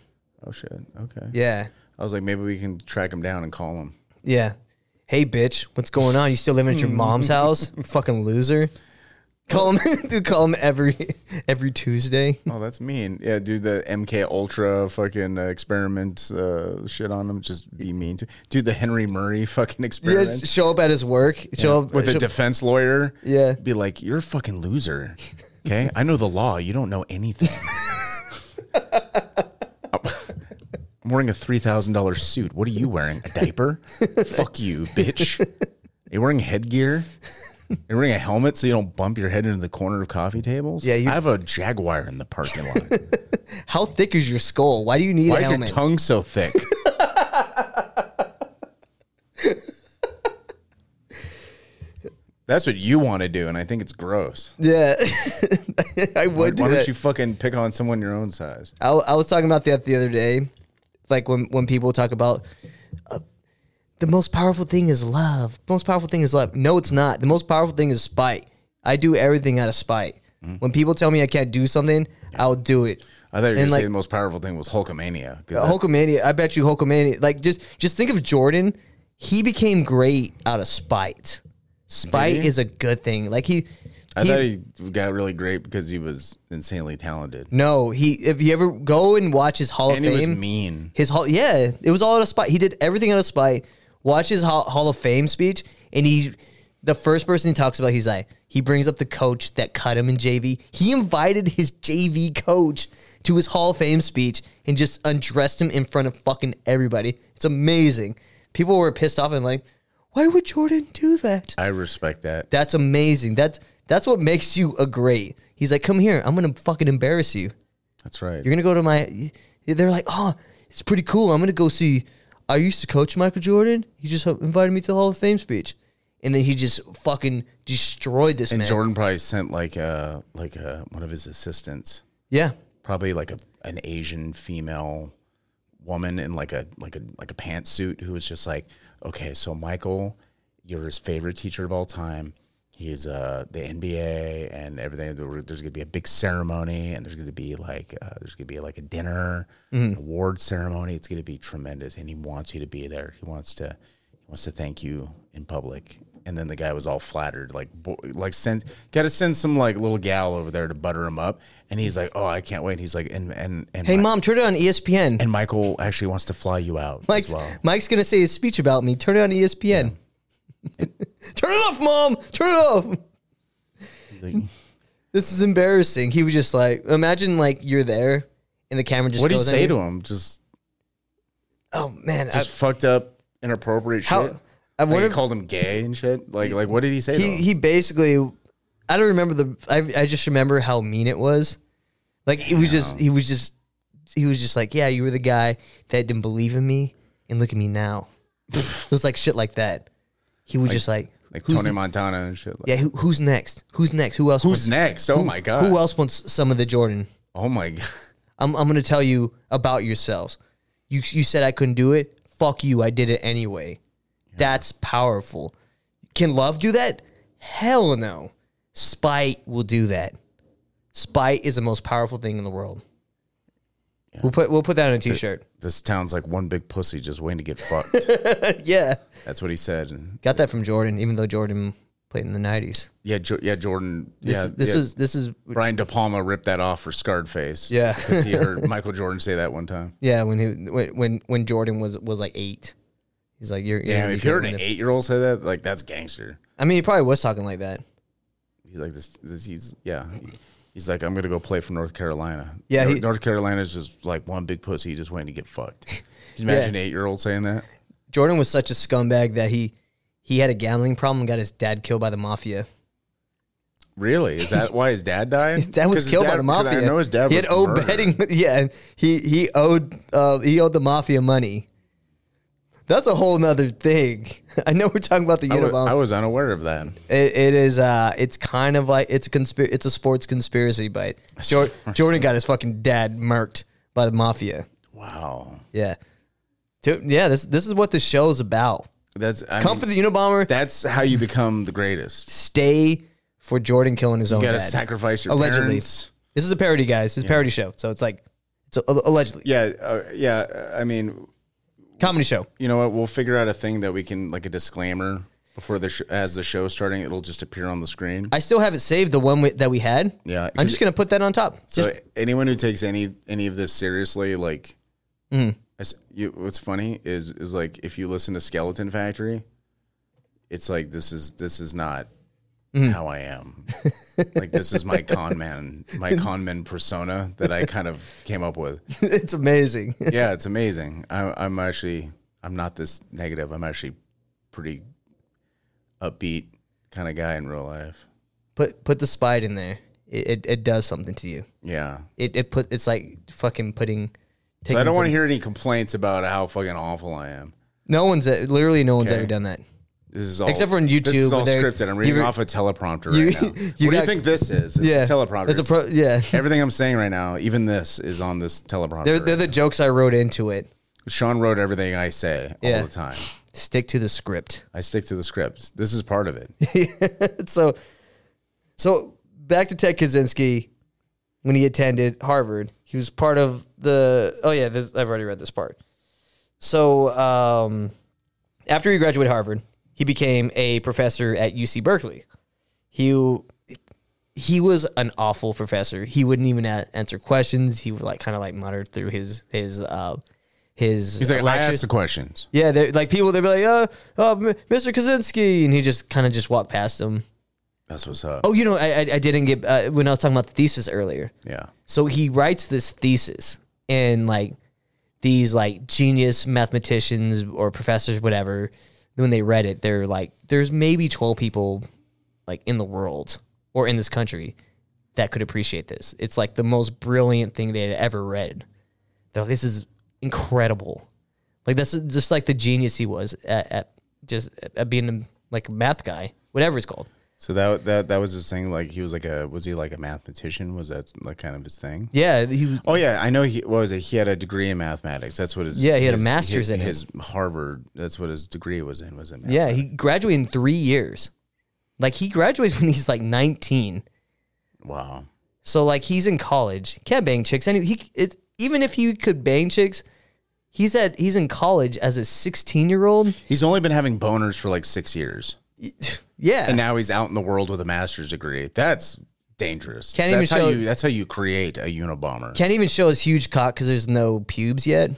Oh shit. Okay. Yeah, I was like, maybe we can track him down and call him. yeah. Hey, bitch, what's going on? You still living at your mom's house? Fucking loser. Call him. dude, call him every every Tuesday. Oh, that's mean. Yeah, do the MK Ultra fucking uh, experiment uh, shit on him. Just be mean to. Do the Henry Murray fucking Yeah, experiment. show up at his work. Show up with a show- defense lawyer. Yeah. Be like, you're a fucking loser. Okay. I know the law. You don't know anything. I'm wearing a $3,000 suit. What are you wearing? A diaper? Fuck you, bitch. Are you wearing headgear? Are you wearing a helmet so you don't bump your head into the corner of coffee tables? Yeah, you- I have a Jaguar in the parking lot. How thick is your skull? Why do you need Why a is your helmet? tongue so thick? That's what you want to do, and I think it's gross. yeah, I would. Why do don't that. you fucking pick on someone your own size? I, I was talking about that the other day, like when when people talk about uh, the most powerful thing is love. Most powerful thing is love. No, it's not. The most powerful thing is spite. I do everything out of spite. When people tell me I can't do something, I'll do it. Mm-hmm. I thought you were going And, to like- say the most powerful thing was Hulkamania. 'cause Uh, Hulkamania, I bet you Hulkamania. Like just just think of Jordan. He became great out of spite. Spite Did he? is a good thing. Like he. I thought he got really great because he was insanely talented. No, he. If you ever go and watch his Hall and of he Fame, was mean. His hall, yeah, it was all out of spite. He did everything out of spite. Watch his hall, hall of Fame speech, and he, the first person he talks about, he's like, he brings up the coach that cut him in JV. He invited his JV coach to his Hall of Fame speech and just undressed him in front of fucking everybody. It's amazing. People were pissed off and like, why would Jordan do that? I respect that. That's amazing. That's that's what makes you a great. He's like, come here, I'm gonna fucking embarrass you That's right. you're gonna go to my they're like oh it's pretty cool i'm gonna go see i used to coach michael jordan he just invited me to the hall of fame speech and then he just fucking destroyed this and man Jordan probably sent like a like a, one of his assistants. yeah probably like a an Asian female woman in like a like a like a pantsuit who was just like, okay, so Michael, you're his favorite teacher of all time. He's uh the NBA and everything. There were- There's gonna be a big ceremony, and there's gonna be like uh, there's gonna be like a dinner, Mm-hmm. an award ceremony. It's gonna be tremendous, and he wants you to be there. He wants to he wants to thank you in public. And then the guy was all flattered, like bo- like send got to send some like little gal over there to butter him up. And he's like, oh, I can't wait. He's like, and and and hey Mi- mom turn it on E espn and Michael actually wants to fly you out mike's, as well. mike's gonna say his speech about me turn it on E espn turn it off mom turn it off He's like, this is embarrassing he was just like imagine like you're there and the camera just what do you goes say to him? Just oh man just I, fucked up, inappropriate How- shit. I Like, wonder he if- called him gay and shit. Like like what did he say? to he him? he basically I don't remember the I I just remember how mean it was. Like it was just he was just he was just like, Yeah, you were the guy that didn't believe in me and look at me now. it was like shit like that. He was just like like who's Tony ne- Montana and shit. Like, Yeah, who, who's next? Who's next? Who else Who's wants- next? Oh who- my god. Who else wants some of the Jordan? Oh my god. I'm I'm gonna tell you about yourselves. You you said I couldn't do it. Fuck you. I did it anyway. That's powerful. Can love do that? Hell no. Spite will do that. Spite is the most powerful thing in the world. We'll put we'll put that on a t-shirt. This town's like one big pussy just waiting to get fucked. yeah, That's what he said. And got that from Jordan. Even though Jordan played in the nineties. yeah, jo- yeah, Jordan. This, yeah, this yeah. is this is Brian De Palma ripped that off for Scarred Face. Yeah. because he heard Michael Jordan say that one time. yeah when he when when, when Jordan was was like eight. He's like you're. Damn, you if you heard can't an win it. eight-year-old say that, like that's gangster. I mean, he probably was talking like that. He's like this. this he's yeah. He's like, I'm gonna go play for North Carolina. Yeah, North, he- North Carolina's just like one big pussy just waiting to get fucked. Can you imagine an eight-year-old saying that? Jordan was such a scumbag that he he had a gambling problem and got his dad killed by the mafia. Really? Is that why his dad died? His dad 'Cause was his killed by dad- the 'cause mafia. I know his dad. He was had owed murdered. betting. Yeah, and he he owed uh, he owed the mafia money. That's a whole nother thing. I know we're talking about the I wa- Unabomber. I was unaware of that. it, it is uh, it's kind of like it's a conspir- it's a sports conspiracy, but Jor- Jordan got his fucking dad murked by the mafia. Wow. Yeah, To- yeah, this this is what the show's about. That's I Come mean, for the Unabomber. That's how you become the greatest. stay for Jordan killing his own You gotta dad. sacrifice your Oh, allegedly. parents. This is a parody, guys. It's a parody show, so it's like it's a, allegedly Yeah, uh, yeah. uh, I mean, comedy show. you know what? We'll figure out a thing that we can like a disclaimer before the sh- as the show's starting. It'll just appear on the screen. I still have it saved the one we, that we had. Yeah, I'm 'cause- just gonna put that on top. So Just- anyone who takes any any of this seriously, like, it's- you, what's funny is is like if you listen to Skeleton Factory, it's like this is this is not how I am. like this is my con man, my con man persona that I kind of came up with. it's amazing. Yeah, it's amazing. I, I'm actually I'm not this negative. I'm actually pretty upbeat kind of guy in real life. put put the spite in there. It, it it does something to you. Yeah. It it put it's like fucking putting. So I don't want to to hear any complaints about how fucking awful I am. No one's uh, literally no one's Okay. ever done that. This is all Except for on This is YouTube, all they're- scripted. I'm reading you- off a teleprompter you- right now. you what do you got- think this is? It's yeah, a teleprompter. It's a pro. Yeah, Everything I'm saying right now, even this, is on this teleprompter. they're they're the jokes I wrote into it. Sean wrote everything I say Yeah. all the time. Stick to the script. I stick to the scripts. This is part of it. so so back to Ted Kaczynski when he attended Harvard. He was part of the oh yeah, this, I've already read this part. So um, after he graduated Harvard, he became a professor at UC Berkeley. He he was an awful professor. He wouldn't even a- answer questions. He would like kind of like muttered through his his uh, his He's like, I lectures. asked the questions. Yeah, they're, like people, they'd be like, "Uh, uh, M- Mr. Kaczynski," and he just kind of just walked past him. That's what's up. Oh, you know, I, I, I didn't get uh, when I was talking about the thesis earlier. Yeah. So he writes this thesis, and like these like genius mathematicians or professors, whatever. When they read it, they're like, "There's maybe twelve people, like in the world or in this country, that could appreciate this. It's like the most brilliant thing they had ever read. They're like, this is incredible. Like that's just like the genius he was at, at just at being like a math guy, whatever it's called." So that that that was his thing. Like he was like a was he like a mathematician? Was that like kind of his thing? Yeah, he was- Oh yeah, I know. He what was it? He had a degree in mathematics. That's what his Yeah, he had a his- master's his, in it. his Harvard. That's what his degree was in. Was in math. Yeah, he graduated in three years. Like he graduates when he's like 19. Wow. So like he's in college, can't bang chicks. And he it's, even if he could bang chicks, he's at he's in college as a 16 year old. He's only been having boners for like six years, Yeah, and now he's out in the world with a master's degree. That's dangerous. Can't that's even how show- you. That's how you create a Unabomber. can't even show his huge cock because there's no pubes yet.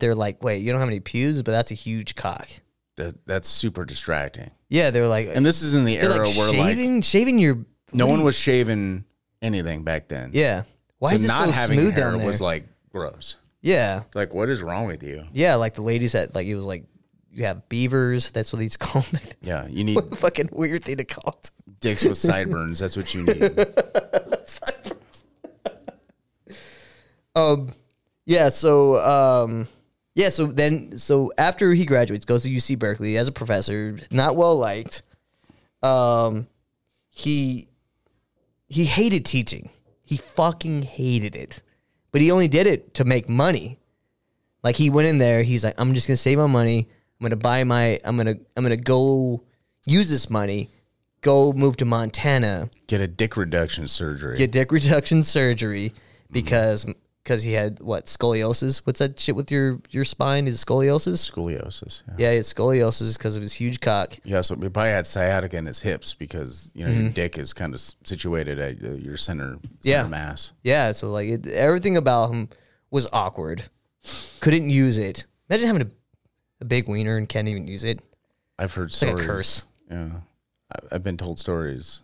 They're like, wait, you don't have any pubes, but that's a huge cock. That, that's super distracting. Yeah, they're like, And this is in the they're era like where like shaving, shaving your what do no one you- was shaving anything back then. Yeah, why so is it not so having smooth hair down there? was like gross. yeah, Like what is wrong with you? yeah, like the ladies that like it was like you have beavers. That's what he's called. Yeah, you need fucking weird thing to call it. dicks with sideburns. That's what you need. Yeah, so um yeah, so then so after he graduates, goes to UC Berkeley as a professor, not well liked. Um he he hated teaching. He fucking hated it. But he only did it to make money. Like he went in there, he's like, I'm just gonna save my money. I'm gonna buy my I'm gonna I'm gonna go use this money, go move to Montana. Get a dick reduction surgery. get dick reduction surgery because because he had what scoliosis. What's that shit with your your spine? Is it scoliosis? scoliosis. Yeah. Yeah, it's scoliosis because of his huge cock. Yeah, so we probably had sciatica in his hips because you know your dick is kind of situated at uh, your center, center Mm-hmm. Yeah. mass. Yeah, so like it, everything about him was awkward. Couldn't use it. Imagine having a, a big wiener and can't even use it. I've heard It's like stories. a curse. Yeah, I, I've been told stories.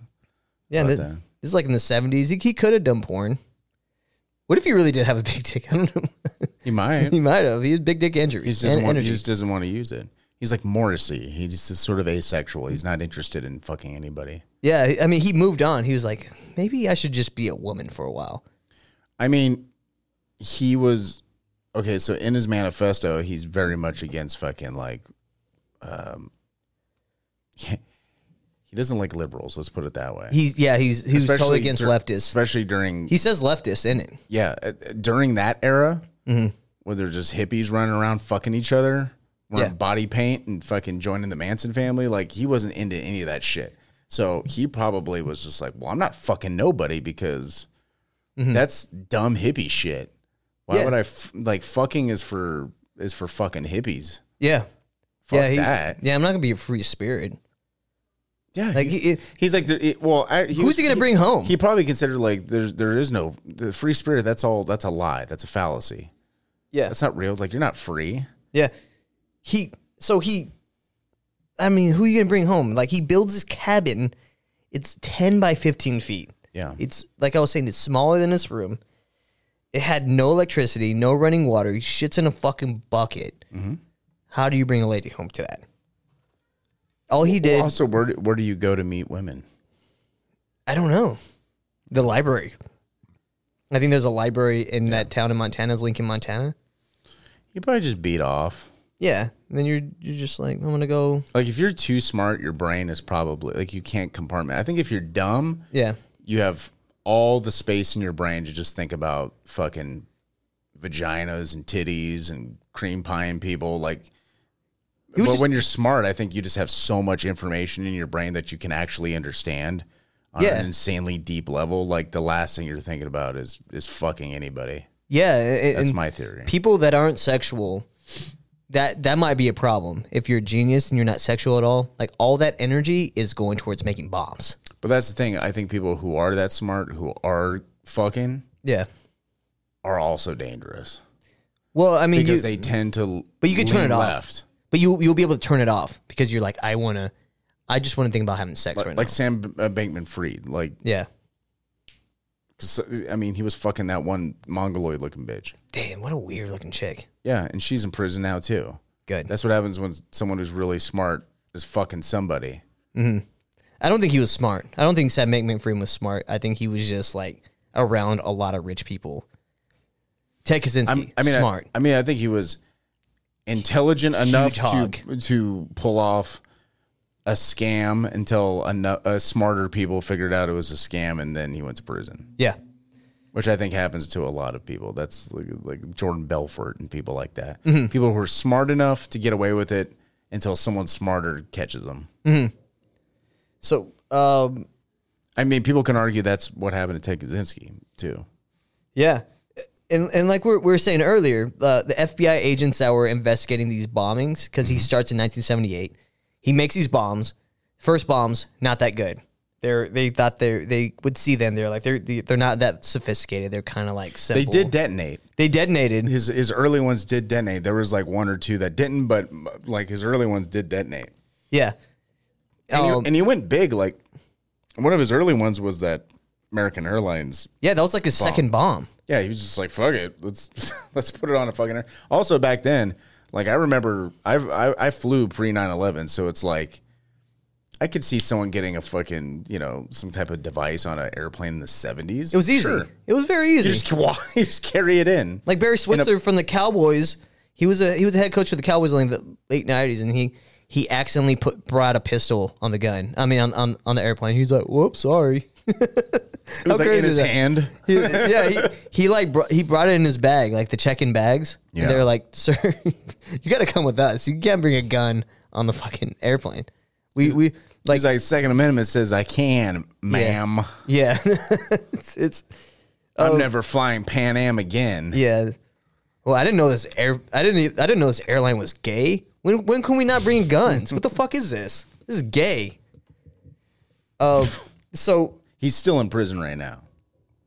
Yeah, and About th- that. this is like in the seventies. He, he could have done porn. What if he really did have a big dick? I don't know. He might. he might have. He had big dick He injuries just and doesn't want. He energy. just doesn't want to use it. He's like Morrissey. He just is sort of asexual. He's not interested in fucking anybody. Yeah, I mean, he moved on. He was like, maybe I should just be a woman for a while. I mean, he was okay. So in his manifesto, he's very much against fucking like, um, he doesn't like liberals. Let's put it that way. He's yeah, he's he was totally Especially against dur- leftists. especially during He says leftist in it. Mm-hmm. yeah uh, uh, during that era where they're just hippies running around fucking each other, wearing Yeah. body paint and fucking joining the Manson family. Like he wasn't into any of that shit. So he probably was just like, well, I'm not fucking nobody because that's dumb hippie shit. Why Mm-hmm. Yeah. would I f- like fucking is for is for fucking hippies? Yeah. Fuck yeah, he- that. yeah, I'm not gonna be a free spirit. Yeah, Like, he's, he- he's like, the- it- well, I, he Who's he gonna bring home? He probably considered like there's there is no the free spirit. That's all. That's a lie. That's a fallacy. Yeah, That's not real. Like you're not free. yeah. He so he, I mean, who you gonna bring home? Like he builds his cabin. It's ten by fifteen feet. Yeah. It's like I was saying, it's smaller than this room. It had no electricity, no running water. He shits in a fucking bucket. Mm-hmm. How do you bring a lady home to that? All he did, also, where do, where do you go to meet women? I don't know. The library. I think there's a library in that town in Montana, is Lincoln, Montana. You probably just beat off. Yeah. And then you're you're just like, I'm gonna go. Like if you're too smart, your brain is probably like you can't compartment. I think if you're dumb, Yeah. you have all the space in your brain to just think about fucking vaginas and titties and cream pie and people like was but just- when you're smart i think you just have so much information in your brain that you can actually understand on Yeah. an insanely deep level like the last thing you're thinking about is is fucking anybody Yeah. a- a- that's and my theory people that aren't sexual, that that might be a problem. If you're a genius and you're not sexual at all, like all that energy is going towards making bombs. but that's the thing i think people who are that smart who are fucking Yeah. are also dangerous Well, I mean, because you, they tend to but you can turn it lean off. But you you'll be able to turn it off because you're like, I wanna, I just want to think about having sex like, right like now. sam B- uh, bankman freed like Yeah. 'Cause, I mean, he was fucking that one mongoloid looking bitch. Damn, what a weird looking chick. Yeah, and she's in prison now too. Good. That's what happens when someone who's really smart is fucking somebody. I don't think he was smart. I don't think Sam McMahon was smart. I think he was just like around a lot of rich people. Ted Kaczynski, I'm, I mean, I- smart. I, mean, I think he was intelligent enough to hog. to pull off a scam until eno- uh, smarter people figured out it was a scam, and then he went to prison, yeah. which I think happens to a lot of people. That's like, like Jordan Belfort and people like that. Mm-hmm. People who are smart enough to get away with it until someone smarter catches them. So, um, I mean, people can argue that's what happened to Ted Kaczynski too. yeah. And, and like we're, we were saying earlier, uh, the FBI agents that were investigating these bombings, because Mm-hmm. he starts in 1978, he makes these bombs. First bombs, not that good. They're, they thought they they would see them. They're like they're they're not that sophisticated. They're kind of like simple. They did detonate. They detonated. His his early ones did detonate. There was like one or two that didn't, but m- like his early ones did detonate. Yeah. And, Um, he, and he went big. Like one of his early ones was that American Airlines. yeah, that was like his second bomb. Yeah, he was just like, "Fuck it, let's let's put it on a fucking." Air. Also, back then, like I remember, I've, I I flew pre 9-11, so it's like. I could see someone getting a fucking, you know, some type of device on an airplane in the 70s. It was easy. It was very easy. You just, wa- you just carry it in. like Barry Switzer from the Cowboys, he was a he was a head coach of the Cowboys in the late nineties, and he he accidentally put brought a pistol on the gun. I mean, on on, on the airplane. He's like, "Whoops, sorry." it how was like crazy in is his that? hand. He- yeah, he, he like br- he brought it in his bag, like the check-in bags. Yeah. And they're like, "Sir, you got to come with us. You can't bring a gun on the fucking airplane." We we like Oh. He's like, Second Amendment says I can, ma'am. yeah, it's, it's I'm never flying Pan Am again. Yeah. Well, I didn't know this air. I didn't. e- I didn't know this airline was gay. When when can we not bring guns? what the fuck is this? This is gay. Uh, so He's still in prison right now.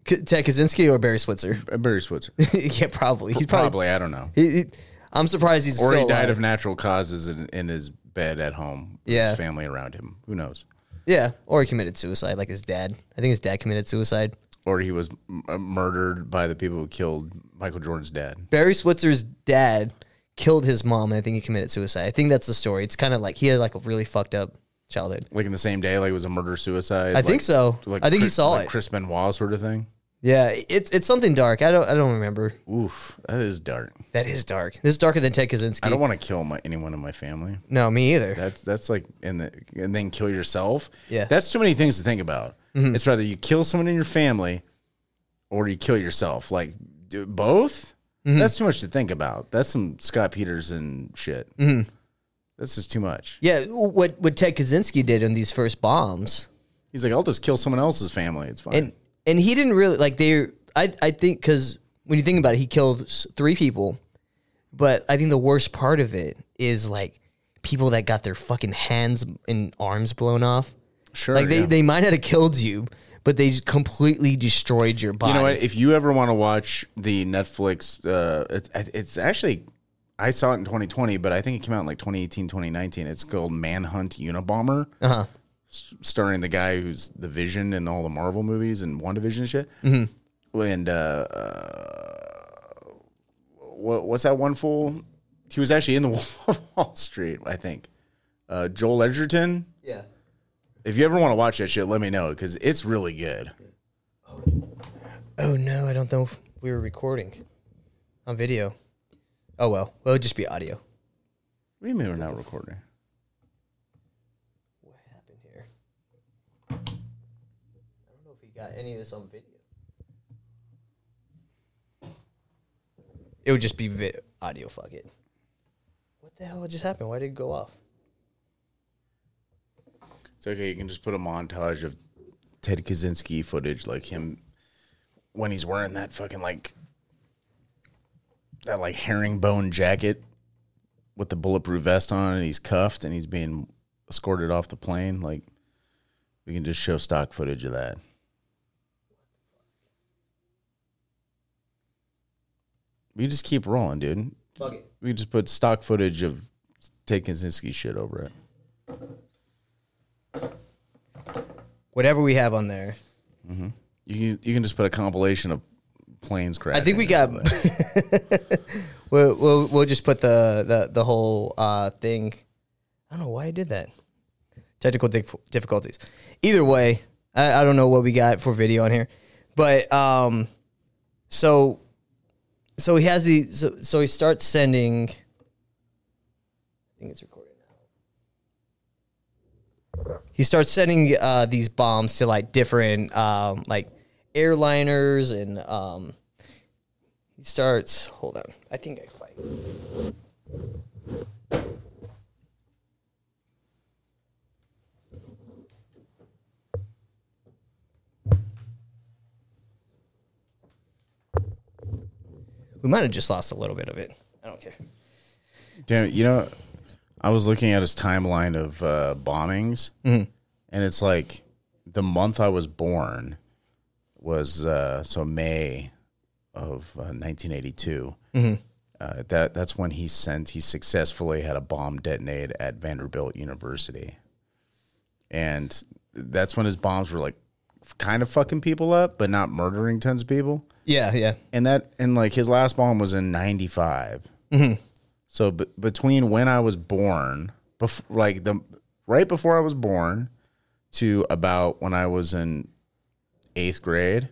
K- Ted Kaczynski or Barry Switzer? Uh, Barry Switzer. yeah, probably. He's probably, probably. I don't know. he- he- I'm surprised he's Or still he died alive. of natural causes in, in his bed at home. with Yeah. His family around him. Who knows? yeah, or he committed suicide like his dad. I think his dad committed suicide. Or he was m- uh, murdered by the people who killed Michael Jordan's dad. Barry Switzer's dad killed his mom, and I think he committed suicide. I think that's the story. It's kind of like he had like a really fucked up childhood. Like in the same day, like it was a murder suicide. I think so. I think he saw like it. Chris Benoit sort of thing. Yeah, it's it's something dark. I don't I don't remember. Oof, that is dark. That is dark. This is darker than Ted Kaczynski. I don't want to kill my, anyone in my family. no, me either. That's that's like and the and then kill yourself. Yeah. Mm-hmm. that's too many things to think about. It's rather you kill someone in your family, or you kill yourself. Like do both. Mm-hmm. That's too much to think about. That's some Scott Peterson shit. Mm-hmm. That's just too much. Yeah, what what Ted Kaczynski did in these first bombs, He's like, I'll just kill someone else's family. It's fine. and and he didn't really like they. I I think because when you think about it, he killed s- three people, but I think the worst part of it is like people that got their fucking hands and arms blown off. sure. like they yeah. they might not have killed you, but they completely destroyed your body. You know what? If you ever want to watch the Netflix, uh, it's, it's actually, I saw it in 2020, but I think it came out in like 2018, 2019. It's called Manhunt Unabomber, uh-huh. starring the guy who's the Vision in all the Marvel movies and WandaVision and shit. And uh, uh, what, what's that one fool? He was actually in the Wolf of Wall Street, I think. Uh, Joel Edgerton. Yeah. If you ever want to watch that shit, let me know because it's really good. Oh no, I don't know if we were recording on video. Oh well, well it'll just be audio. What do you mean we're not recording? What happened here? I don't know if we got any of this on video. It would just be vi- audio. Fuck it. What the hell just happened? Why did it go off? It's okay. You can just put a montage of Ted Kaczynski footage, like him when he's wearing that fucking like that like herringbone jacket with the bulletproof vest on, and he's cuffed and he's being escorted off the plane. Like we can just show stock footage of that. We just keep rolling, dude. Fuck it. We just put stock footage of Ted Kaczynski shit over it. Whatever we have on there. You can you can just put a compilation of planes crashing. I think we into got. the- we'll, we'll we'll just put the the the whole uh, thing. I don't know why I did that. Technical dif- difficulties. Either way, I, I don't know what we got for video on here, but um, so so he has the so, so he starts sending. I think it's recorded now. He starts sending uh, these bombs to like different um, like airliners and um, he starts. Hold on. I think I fight. We might have just lost a little bit of it. I don't care. Damn, you know, I was looking at his timeline of uh, bombings, Mm-hmm. and it's like the month I was born was uh, so May of uh, 1982. Mm-hmm. Uh, that that's when he sent he successfully had a bomb detonate at Vanderbilt University, and that's when his bombs were like kind of fucking people up, but not murdering tons of people. Yeah, yeah. and that and like his last bomb was in 95 Mm-hmm. so b- between when i was born bef- like the right before i was born to about when i was in eighth grade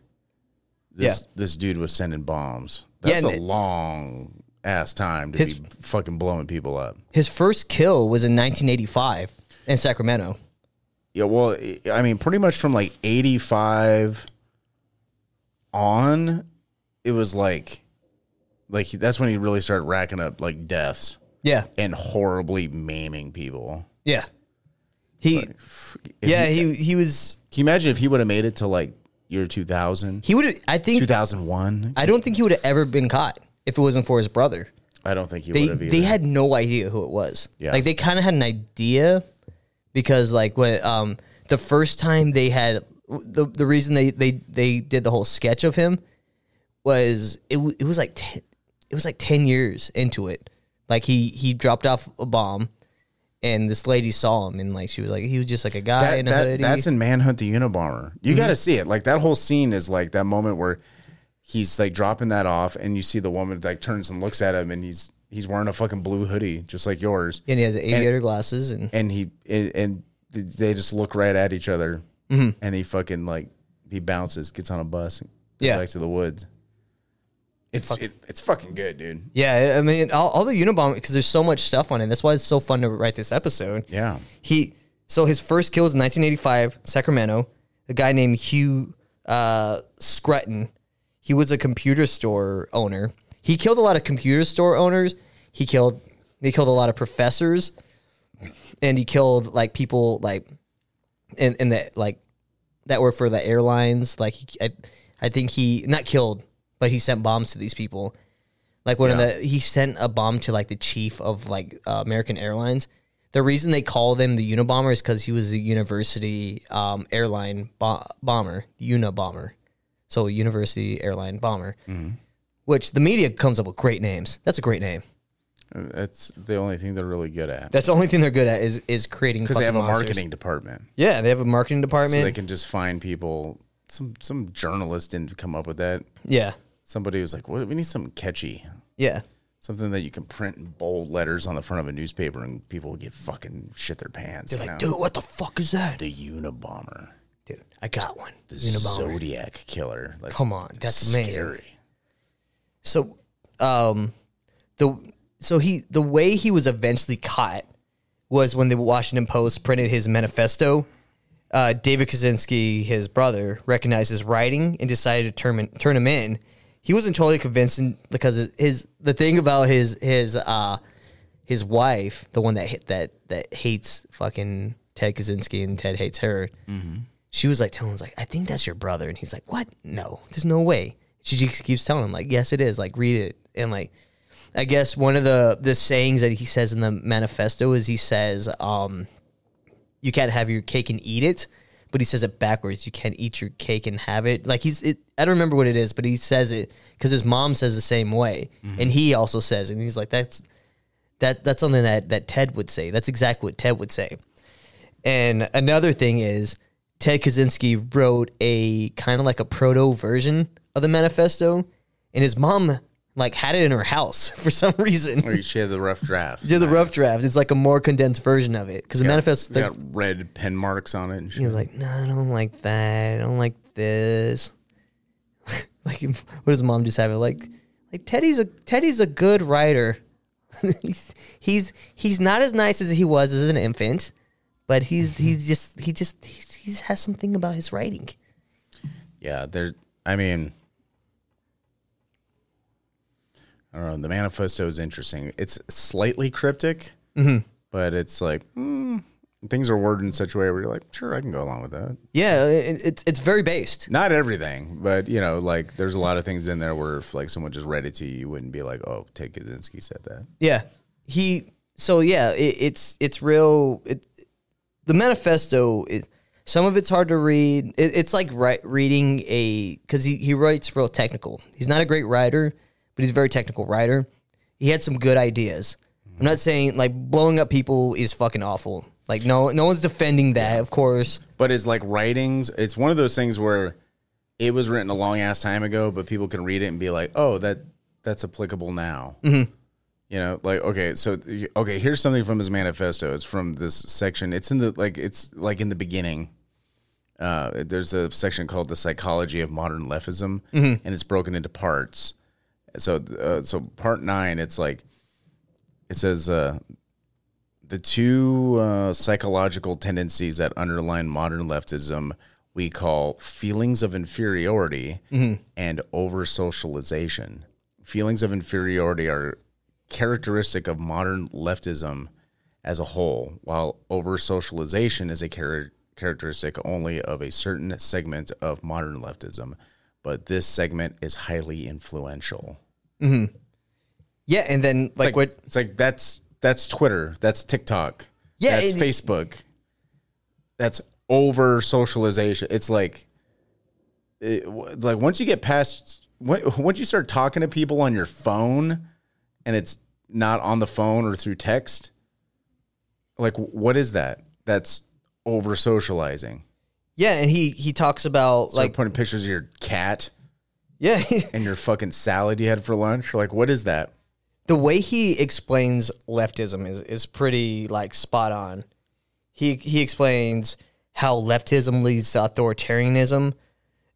this Yeah. this dude was sending bombs Yeah, that's and a it- long ass time to His- be fucking blowing people up His first kill was in 1985 in Sacramento. yeah well i- i mean pretty much from like 85 on it was like like he- that's when he really started racking up like deaths Yeah, and horribly maiming people. yeah. He, If yeah, he, he he was. can you imagine if he would have made it to like year 2000, He would. I think. 2001? I don't think he would have ever been caught if it wasn't for his brother. I don't think he they would have either. they had no idea who it was. Yeah. Like they kind of had an idea because like what um the first time they had the the reason they they they did the whole sketch of him was it w- it was like 10, it was like 10 years into it. Like he he dropped off a bomb and this lady saw him and like she was like he was just like a guy that, in a that- hoodie. Mm-hmm. that's in Manhunt the Unabomber. You got to see it. Like that whole scene is like that moment where he's like dropping that off and you see the woman like turns and looks at him and he's he's wearing a fucking blue hoodie just like yours. and he has aviator glasses and and he and, and th- they just look right at each other Mm-hmm. and he fucking like he bounces gets on a bus and goes Yeah. back to the woods it's it, it's fucking good dude yeah, I mean all, all the Unabomber because there's so much stuff on it. That's why it's so fun to write this episode. yeah He so his first kill was in 1985, Sacramento. A guy named Hugh uh, Scruton. He was a computer store owner. He killed a lot of computer store owners. He killed he killed a lot of professors, and he killed like people like in in that like that were for the airlines. Like he, I, I think he not killed, but he sent bombs to these people. Like one Yeah. of the he sent a bomb to like the chief of like uh, American Airlines. The reason they call them the Unabomber is because he was a university um, airline bo- bomber, Unabomber. So university airline bomber, Mm-hmm. which the media comes up with great names. That's a great name. That's the only thing they're really good at That's the only thing they're good at is is creating because they have fucking a monsters. marketing department, Yeah, they have a marketing so department. they can just find people. Some some journalist didn't come up with that. yeah, Somebody was like, well, "We need something catchy, yeah. something that you can print in bold letters on the front of a newspaper, and people will get fucking shit their pants." They're you like, know? dude, what the fuck is that? the Unabomber, Dude, I got one. the Unabomber. Zodiac killer. That's Come on, that's amazing. So, um, the so he the way he was eventually caught was when the Washington Post printed his manifesto. Uh, David Kaczynski, his brother, recognized his writing and decided to turn turn him in. He wasn't totally convinced in- because his the thing about his his uh his wife, the one that hit that that hates fucking Ted Kaczynski and Ted hates her. She was like telling him, like, I think that's your brother, and he's like, What? No, there's no way. She just keeps telling him, like, Yes, it is. Like, read it, and like, I guess one of the the sayings that he says in the manifesto is he says, um, "You can't have your cake and eat it," but he says it backwards. You can't eat your cake and have it. Like he's, it, I don't remember what it is, but he says it because his mom says the same way, and he also says, it. and he's like, "That's that that's something that that Ted would say. That's exactly what Ted would say." And another thing is Ted Kaczynski wrote a kind of like a proto version of the manifesto, and his mom like had it in her house for some reason. Or she had the rough draft. Did the rough draft? It's like a more condensed version of it because the manifesto. got red pen marks on it. And he shit. was like, "No, I don't like that. I don't like this." like, what does mom just have it like? Like Teddy's a Teddy's a good writer. he's, he's he's not as nice as he was as an infant, but he's he's just he just he, he just has something about his writing. Yeah, there. I mean, I don't know. The manifesto is interesting. It's slightly cryptic, but it's like hmm, things are worded in such a way where you're like, sure, I can go along with that. Yeah, it, it's it's very based. Not everything, but you know, like there's a lot of things in there where if like someone just read it to you, you wouldn't be like, oh, Ted Kaczynski said that. Yeah. He so yeah, it, it's it's real it the manifesto is some of it's hard to read. It, it's like ri- reading a cuz he he writes real technical. He's not a great writer, but he's a very technical writer. He had some good ideas. I'm not saying like blowing up people is fucking awful. Like no no one's defending that, of course. But it's like writings. It's one of those things where it was written a long ass time ago, but people can read it and be like, "Oh, that that's applicable now." You know, like okay, so okay, here's something from his manifesto. It's from this section. It's in the like it's like in the beginning. Uh, there's a section called the psychology of modern leftism, and it's broken into parts. So, uh, so part nine, it's like it says uh, the two uh, psychological tendencies that underline modern leftism we call feelings of inferiority and over socialization. Feelings of inferiority are characteristic of modern leftism as a whole, while over socialization is a char- characteristic only of a certain segment of modern leftism. But this segment is highly influential. Yeah, and then It's like, what It's like that's that's Twitter. That's TikTok. Yeah, that's it- Facebook. That's over socialization. It's like, it, w- like once you get past, when- once you start talking to people on your phone, and it's not on the phone or through text, like what is that? That's over socializing. Yeah, and he he talks about Like like putting pictures of your cat yeah, and your fucking salad you had for lunch. Like what is that? the way he explains leftism is is pretty like spot on. He he explains how leftism leads to authoritarianism.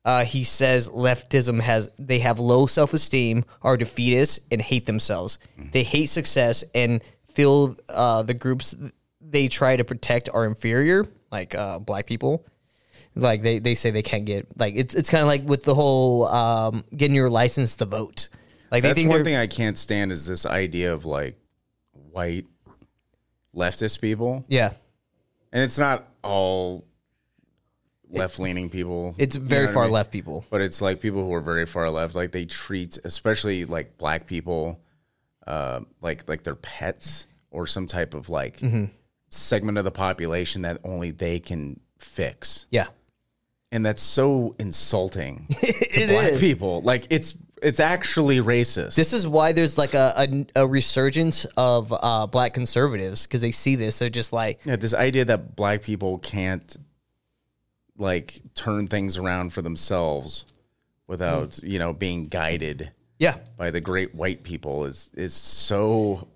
Uh, he says leftism has they have low self esteem, are defeatists, and hate themselves. Mm-hmm. They hate success and feel uh, the groups they try to protect are inferior, like uh, black people. Like they, they say they can't get like it's it's kind of like with the whole um, getting your license to vote. Like they That's think one they're thing I can't stand is this idea of like white leftist people, yeah. and it's not all left leaning people. It's you know very what I far mean? left people. but it's like people who are very far left, like they treat, especially like black people, uh, like like their pets or some type of like Mm-hmm. segment of the population that only they can fix, Yeah. and that's so insulting to It black is. people. Like it's it's actually racist. This is why there's like a a, a resurgence of uh, black conservatives because they see this. They're just like, Yeah, this idea that black people can't like turn things around for themselves without, Hmm. you know, being guided yeah, by the great white people is is so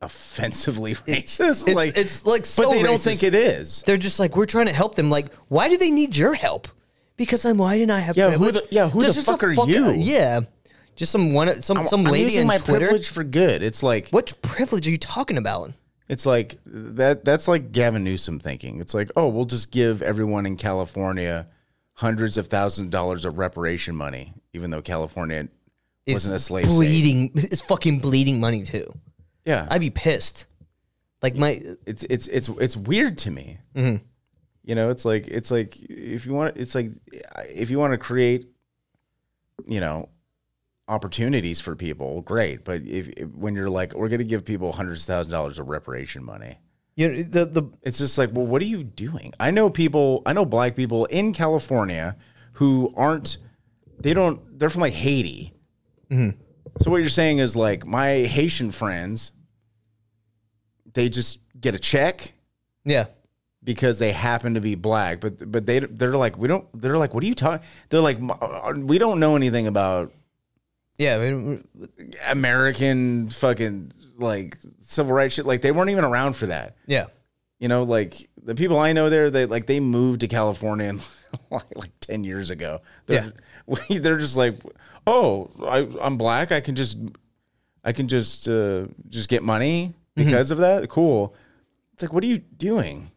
offensively racist. it's like, it's like so. but they don't racist. think it is. They're just like, we're trying to help them. Like, why do they need your help? Because I'm white and I have Yeah, who privilege. the- yeah, who the This is a fuck are you? Yeah, just some one some I'm- some I'm lady using on my Twitter. privilege for good. It's like What privilege are you talking about? it's like that that's like Gavin Newsom thinking. It's like, oh, we'll just give everyone in California hundreds of thousands of dollars of reparation money, even though California wasn't a slave state. bleeding. It's fucking bleeding money too. Yeah, I'd be pissed. Like my it's it's it's it's weird to me. You know, it's like it's like if you want, it's like if you want to create, you know, opportunities for people, great. But if, if- when you're like, we're going to give people hundreds of thousand dollars of reparation money, you know, the the it's just like, well, what are you doing? I know people, I know black people in California who aren't, they don't, they're from like Haiti. So what you're saying is like my Haitian friends, they just get a check yeah because they happen to be black, but but they they're like we don't they're like what are you talking? They're like "M- we don't know anything about yeah I mean, American fucking like civil rights shit. Like they weren't even around for that. yeah. You know, like the people I know there, they like they moved to California in, like, like ten years ago. They're, yeah, they're just like, oh, I, I'm black. I can just, I can just, uh, just get money because of that. Cool. It's like, what are you doing?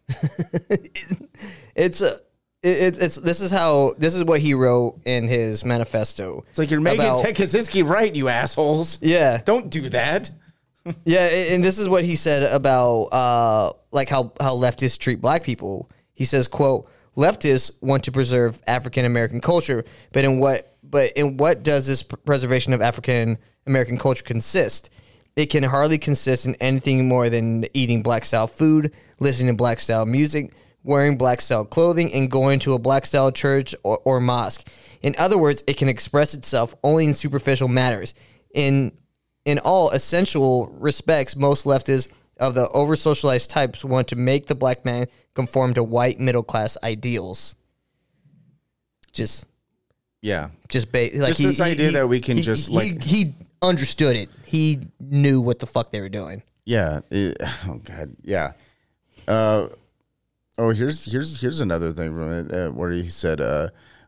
It's a it, it's this is how this is what he wrote in his manifesto. It's like you're making About- Ted Kaczynski right, you assholes. Yeah. Don't do that. Yeah, a- and this is what he said about uh, like how how leftists treat black people. He says, "quote Leftists want to preserve African American culture, but in what but in what does this pr- preservation of African American culture consist? It can hardly consist in anything more than eating black style food, listening to black style music." Wearing black style clothing and going to a black style church or, or mosque. In other words, it can express itself only in superficial matters, in in all essential respects, most leftists of the over socialized types want to make the black man conform to white middle class ideals. Just, Yeah. just ba- like Just this idea that we can he- just, he- like- he, understood it. He knew what the fuck they were doing. Yeah. it- oh God. Yeah. Uh, oh, here's here's here's another thing from it uh, where he said uh,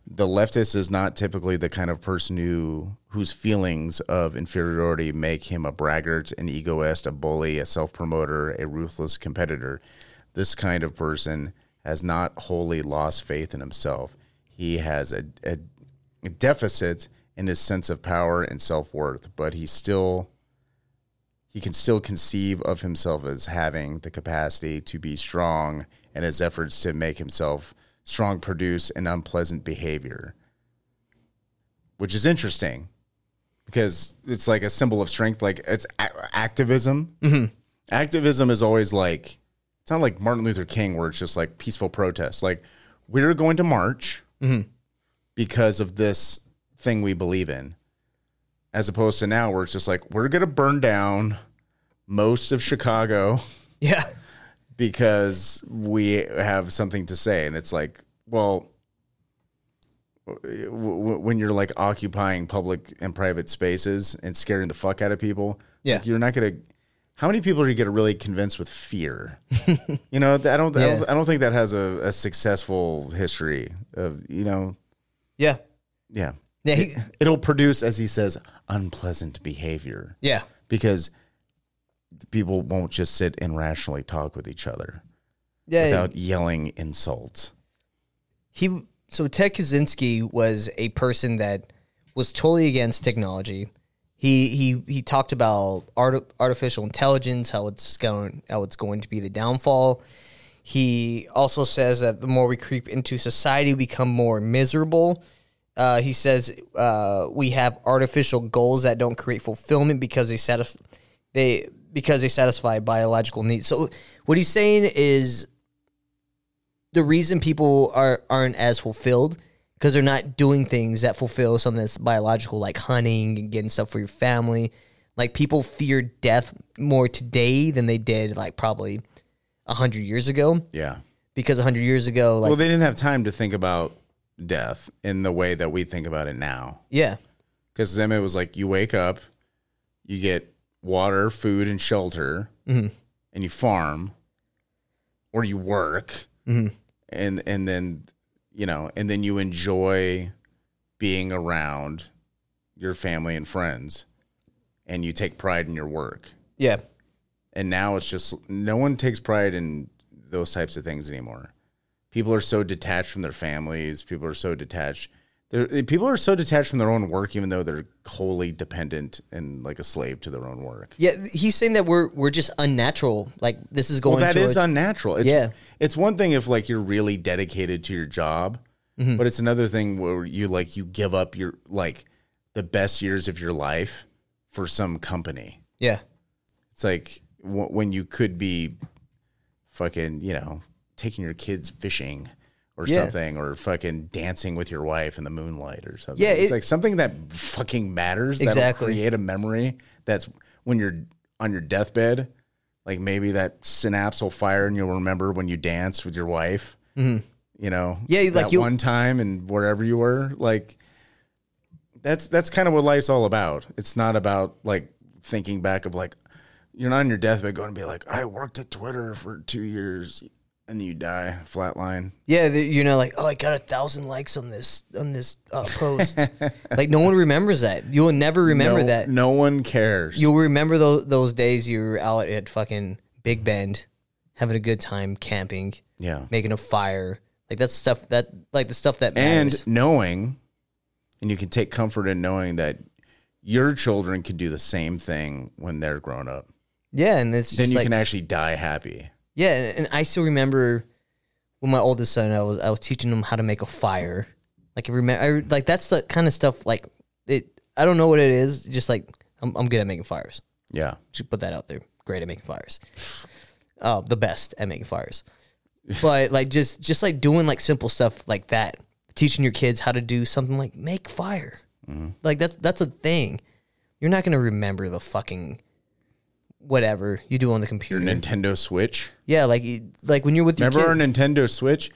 the leftist is not typically the kind of person who whose feelings of inferiority make him a braggart, an egoist, a bully, a self promoter, a ruthless competitor. This kind of person has not wholly lost faith in himself. He has a, a, a deficit in his sense of power and self worth, but he still he can still conceive of himself as having the capacity to be strong and his efforts to make himself strong produce an unpleasant behavior which is interesting because it's like a symbol of strength like it's a- activism activism is always like it's not like martin luther king where it's just like peaceful protest like we're going to march because of this thing we believe in as opposed to now where it's just like we're going to burn down most of Chicago Yeah, because we have something to say and it's like well w- w- when you're like occupying public and private spaces and scaring the fuck out of people Yeah. like, you're not going to how many people are you going to really convince with fear you know i don't I Yeah. don't, I don't think that has a, a successful history of you know yeah, yeah yeah, he, it'll produce as he says unpleasant behavior yeah, because people won't just sit and rationally talk with each other yeah. without yelling insults. he so Ted Kaczynski was a person that was totally against technology. He he he talked about art, artificial intelligence, how it's going how it's going to be the downfall. He also says that the more we creep into society, we become more miserable. Uh, he says uh, we have artificial goals that don't create fulfillment because they satisfy they because they satisfy biological needs. So what he's saying is the reason people are aren't as fulfilled because they're not doing things that fulfill something that's biological, like hunting and getting stuff for your family. Like people fear death more today than they did like probably a hundred years ago. Yeah. Because a hundred years ago, like well, they didn't have time to think about death in the way that we think about it now. yeah, Because then it was like you wake up, you get water, food, and shelter, and you farm, or you work, and and then you know, and then you enjoy being around your family and friends, and you take pride in your work. yeah, and now it's just no one takes pride in those types of things anymore. People are so detached from their families. People are so detached. They're, people are so detached from their own work, even though they're wholly dependent and like a slave to their own work. yeah. He's saying that we're we're just unnatural. Like this is going. Well, that is towards- unnatural. It's, Yeah. it's one thing if like you're really dedicated to your job, but it's another thing where you like you give up your like the best years of your life for some company. Yeah, It's like w- when you could be fucking, you know, taking your kids fishing or Yeah. something, or fucking dancing with your wife in the moonlight or something. Yeah, it's it- like something that fucking matters. that'll Exactly. create a memory that's when you're on your deathbed. Like maybe that synapse will fire and you'll remember when you dance with your wife. You know, Mm-hmm. Yeah, like that you- one time and wherever you were, like that's that's kind of what life's all about. It's not about like thinking back of like you're not on your deathbed going to be like I worked at Twitter for two years and then you die flatline. yeah. the- You know, like oh, I got a thousand likes on this on this uh, post. like no one remembers that. You'll never remember no, that. no one cares. You'll remember those those days you were out at fucking Big Bend, having a good time camping, yeah, making a fire. Like that's stuff that like the stuff that and matters. knowing, and you can take comfort in knowing that your children can do the same thing when they're grown up. yeah, and it's Then just you like can actually die happy. yeah, and, and I still remember when my oldest son, I was I was teaching him how to make a fire. Like I remember, I, like that's the kind of stuff. Like it, I don't know what it is. Just like I'm, I'm good at making fires. Yeah, Just put that out there. Great at making fires. Uh, the best at making fires. But like just just like doing like simple stuff like that, teaching your kids how to do something like make fire. Mm-hmm. Like that's that's a thing. You're not gonna remember the fucking whatever you do on the computer. Nintendo Switch. yeah, like you- like when you're with your Remember kid. our Nintendo Switch?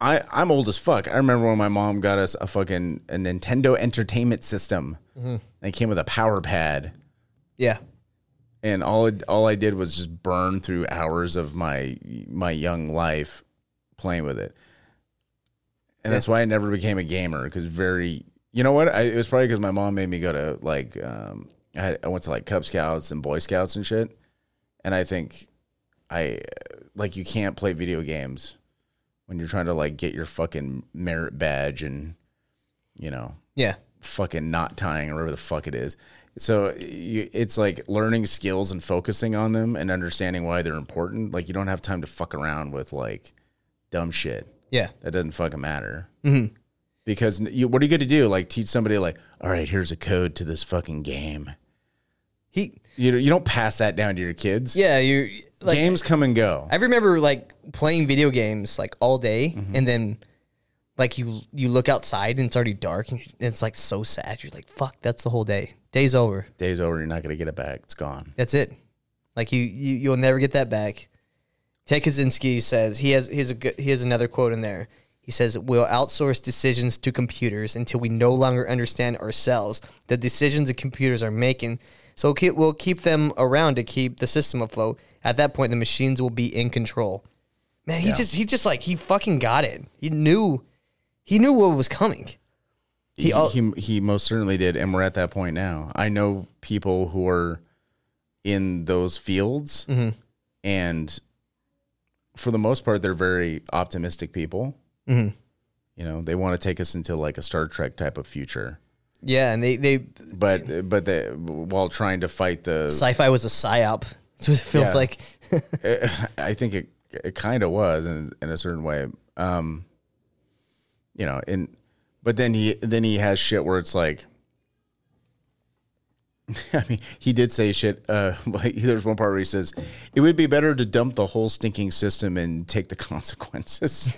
I I'm old as fuck. I remember when my mom got us a fucking a Nintendo Entertainment System. And it came with a power pad, yeah. and all it, all I did was just burn through hours of my my young life playing with it. And that's why I never became a gamer because very you know what I, it was probably because my mom made me go to like um I, had, I went to like Cub Scouts and Boy Scouts and shit, and I think I like you can't play video games when you're trying to like get your fucking merit badge and you know Yeah. fucking knot tying or whatever the fuck it is. So you, it's like learning skills and focusing on them and understanding why they're important. Like you don't have time to fuck around with like dumb shit Yeah. that doesn't fucking matter. Mm-hmm. Because you, what are you going to do? Like teach somebody like, all right, here's a code to this fucking game. He You you don't pass that down to your kids. yeah, you like Games come and go. I remember like playing video games like all day, and then like you you look outside and it's already dark, and it's like so sad. You're like, fuck, that's the whole day. Day's over. Day's over. You're not going to get it back. It's gone. That's it. Like you, you you'll never get that back. Ted Kaczynski says he has he has a good, he has another quote in there. He says we'll outsource decisions to computers until we no longer understand ourselves the decisions the computers are making. So we'll keep, we'll keep them around to keep the system afloat. At that point, the machines will be in control. Man, he just he just like he fucking got it. He knew he knew what was coming. he, al- he he most certainly did, and we're at that point now. I know people who are in those fields, and for the most part, they're very optimistic people. You know, they want to take us into like a Star Trek type of future Yeah, and they they but but they, while trying to fight the, sci-fi was a psyop. So it feels Yeah. like I think it it kind of was in, in a certain way. Um, you know, and but then he then he has shit where it's like. I mean, he did say shit. Uh, like, there's one part where he says, "It would be better to dump the whole stinking system and take the consequences."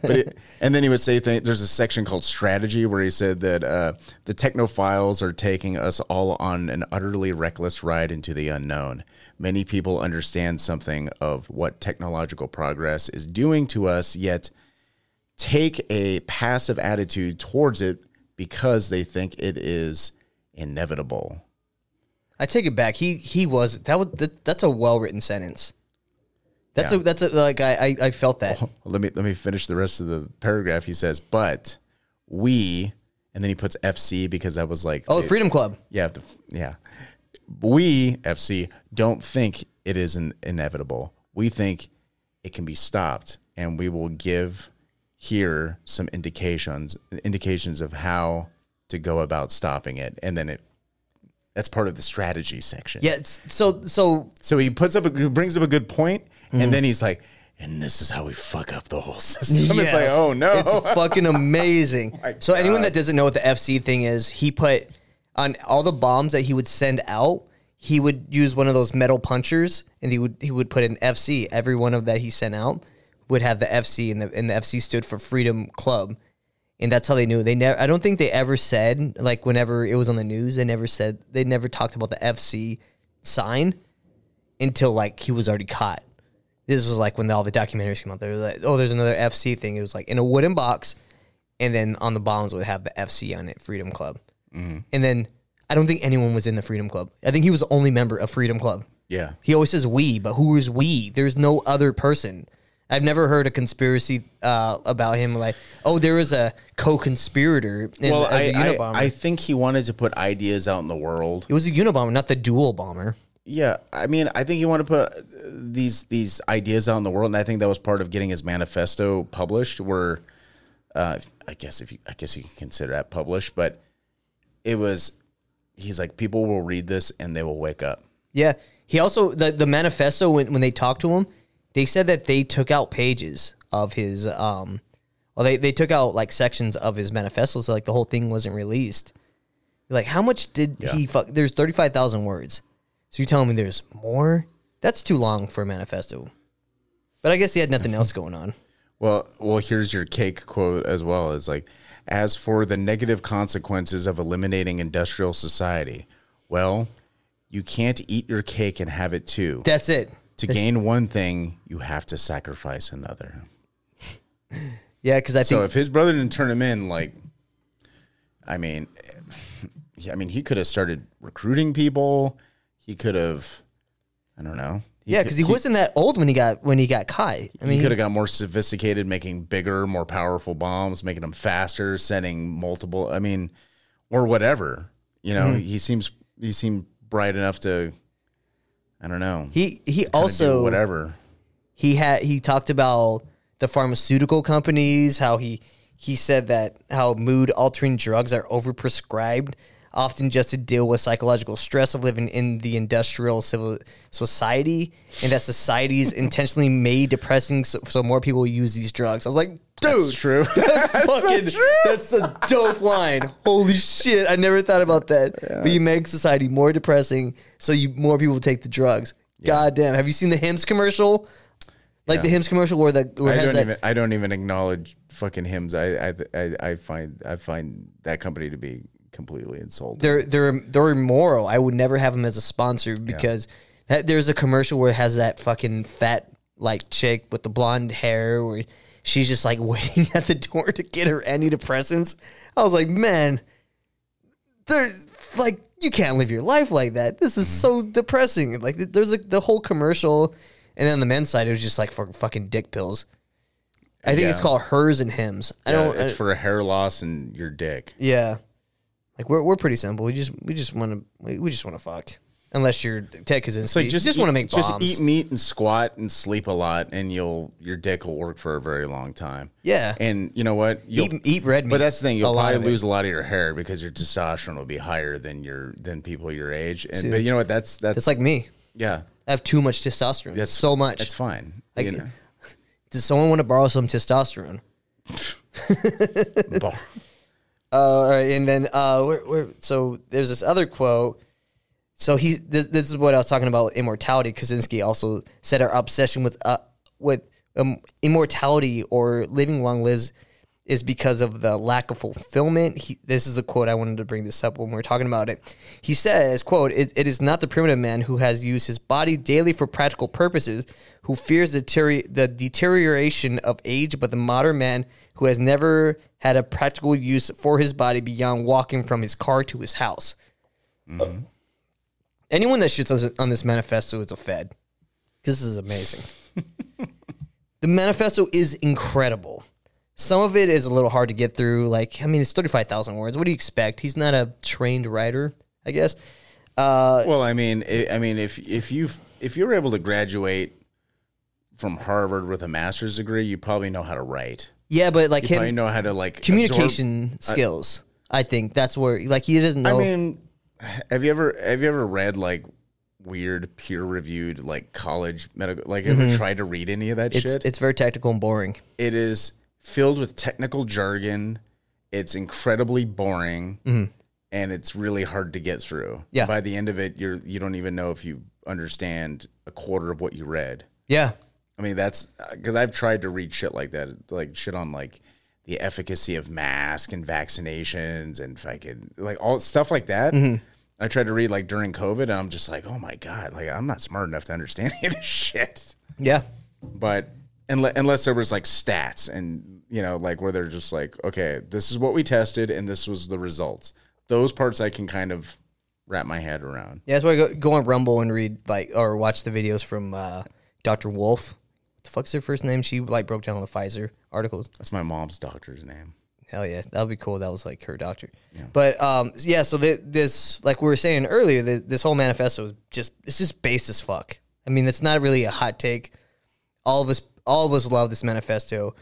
but it, and then he would say, th- "There's a section called strategy where he said that uh, the technophiles are taking us all on an utterly reckless ride into the unknown. Many people understand something of what technological progress is doing to us, yet." take a passive attitude towards it because they think it is inevitable. I take it back. He he was that was that, that's a well written sentence. That's Yeah. a that's a like I I, I felt that. Let me let me finish the rest of the paragraph. He says, "But we," and then he puts FC because that was like, Oh, the- Freedom Club. yeah, the, yeah. We FC don't think it is an inevitable. We think it can be stopped, and we will give here some indications indications of how to go about stopping it. And then it that's part of the strategy section. Yeah. it's- So so So he puts up a, he brings up a good point, Mm-hmm. and then he's like, "And this is how we fuck up the whole system." It's Yeah. like, oh no, Oh It's fucking amazing. my so anyone God. that doesn't know what the FC thing is, he put on all the bombs that he would send out. He would use one of those metal punchers, and he would he would put an FC. Every one of that he sent out would have the FC, and the and the FC stood for Freedom Club, and that's how they knew. They never. I don't think they ever said like whenever it was on the news, they never said they never talked about the FC sign until like he was already caught. This was like when all the documentaries came out. They were like, oh, there's another FC thing. It was like in a wooden box, and then on the bombs would have the FC on it, Freedom Club. Mm-hmm. And then I don't think anyone was in the Freedom Club. I think he was the only member of Freedom Club. yeah, He always says we, but who is we? There's no other person. I've never heard a conspiracy uh, about him like, oh, there was a co-conspirator. In, Well, well, I, a I, Unabomber. I think he wanted to put ideas out in the world. it was a Unabomber, not the dual bomber. Yeah, I mean, I think he wanted to put uh, these these ideas out in the world, and I think that was part of getting his manifesto published. Where, uh, I guess if you, I guess you can consider that published, but it was. He's like, people will read this and they will wake up. Yeah. He also the, the manifesto when, when they talked to him, they said that they took out pages of his um well they, they took out like sections of his manifesto, so like the whole thing wasn't released. Like how much did he fuck there's thirty five thousand words. So you're telling me there's more? That's too long for a manifesto. But I guess he had nothing else going on. Well, well, here's your cake quote as well. Is like, as for the negative consequences of eliminating industrial society, well, you can't eat your cake and have it too. That's it. to gain one thing, you have to sacrifice another. Yeah, because I think So if his brother didn't turn him in, like, I mean, yeah, I mean, he could have started recruiting people. He could have, I don't know. yeah, because he, could- wasn't that old when he got when he got caught. I mean, he could have got more sophisticated, making bigger, more powerful bombs, making them faster, sending multiple. I mean, or whatever. You know, Mm-hmm. he seems he seemed bright enough to. I don't know. kinda he he do also whatever. he had he talked about the pharmaceutical companies how he he said that how mood altering drugs are overprescribed often just to deal with psychological stress of living in the industrial civil society and that society's intentionally made depressing so, so more people use these drugs i was like dude True. fucking, that's a dope line. Holy shit! I never thought about that. But you make society more depressing, so you more people take the drugs. God damn! Have you seen the Hims commercial? Like the Hims commercial where the where it I has don't that. even. I don't even acknowledge fucking hymns. I I, I I find I find that company to be completely insulting. they're they're they're immoral. I would never have them as a sponsor because that, there's a commercial where it has that fucking fat like chick with the blonde hair where she's just like waiting at the door to get her antidepressants. I was like, man, they're like you can't live your life like that. This Mm-hmm. is so depressing. Like th- there's like the whole commercial, and then on the men's side it was just like for fucking dick pills. I think it's Yeah. called hers and hims. I Yeah, don't. it's I- for a hair loss and your dick. yeah. Like we're we're pretty simple. We just we just want to we, we just want to fuck. unless you're Ted Kaczynski. It's like just just want to eat- make bombs. just eat meat and squat and sleep a lot, and you'll your dick will work for a very long time. Yeah. and you know what? You'll- Eat- eat red meat. But that's the thing; A you'll lot probably of it. lose a lot of your hair because your testosterone will be higher than your than people your age. And See, but you know what? That's that's It's like me. yeah, I have too much testosterone. that's so much. That's fine. Like- you know? Does someone want to borrow some testosterone? Bar- Uh, all right, and then uh, where, where, so there's this other quote. So he, this, this is what I was talking about with immortality. Kaczynski also said our obsession with uh, with um, immortality or living long lives is because of the lack of fulfillment. He, this is a quote I wanted to bring this up when we were talking about it. He says, "quote It, it is not the primitive man who has used his body daily for practical purposes who fears the, teri- the deterioration of age, but the modern man who has never had a practical use for his body beyond walking from his car to his house." anyone that shits on- on this manifesto is a fed. This is amazing. the manifesto is incredible. Some of it is a little hard to get through. Like, I mean, it's 35,000 words. What do you expect? He's not a trained writer, I guess. uh, well, I mean, i I mean, if if you if you were able to graduate from Harvard with a master's degree, you probably know how to write. Yeah, but like You him, probably know how to like absorb- communication skills, I think that's where, like, he doesn't know. I mean, have you ever have you ever read like weird peer reviewed like college medical like ever tried to read any of that Mm-hmm. it's, shit? it's very tactical and boring. it is filled with technical jargon. It's incredibly boring, and it's really hard to get through. Mm-hmm. Yeah. By the end of it, you're you don't even know if you understand a quarter of what you read. Yeah. I mean, that's because I've tried to read shit like that, like shit on like the efficacy of mask and vaccinations and fucking like all stuff like that. I tried to read like during COVID, and I'm just like, oh my god, like I'm not smart enough to understand any of this shit. Yeah. But unless, unless there was like stats and you know, like where they're just like, okay, this is what we tested and this was the results. Those parts I can kind of wrap my head around. Yeah, that's why I go, go on Rumble and read like or watch the videos from uh, Dr. Wolf. What the fuck's her first name? She like broke down all the Pfizer articles. That's my mom's doctor's name. Hell yeah, that would be cool. That was like her doctor. But um, yeah, so th- this like we were saying earlier, th- this whole manifesto is just it's just based as fuck. I mean, it's not really a hot take. All of us, all of us love this manifesto.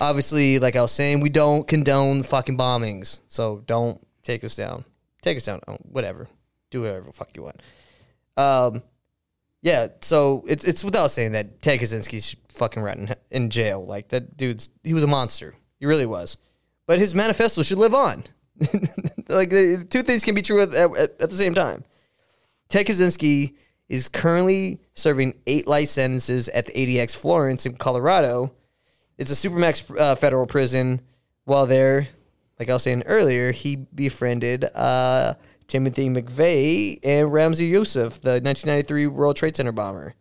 Obviously, like I was saying, we don't condone fucking bombings, so don't take us down. Take us down, oh, whatever. Do whatever the fuck you want. Um, yeah, so it's it's without saying that Ted Kaczynski should fucking rot in, in jail. Like that dude's he was a monster. He really was. But his manifesto should live on. like the two things can be true at, at, at the same time. Ted Kaczynski is currently serving eight life sentences at the ADX Florence in Colorado. It's a supermax uh, federal prison. While there, like I was saying earlier, he befriended uh, Timothy McVeigh and Ramsey Youssef, the 1993 World Trade Center bomber.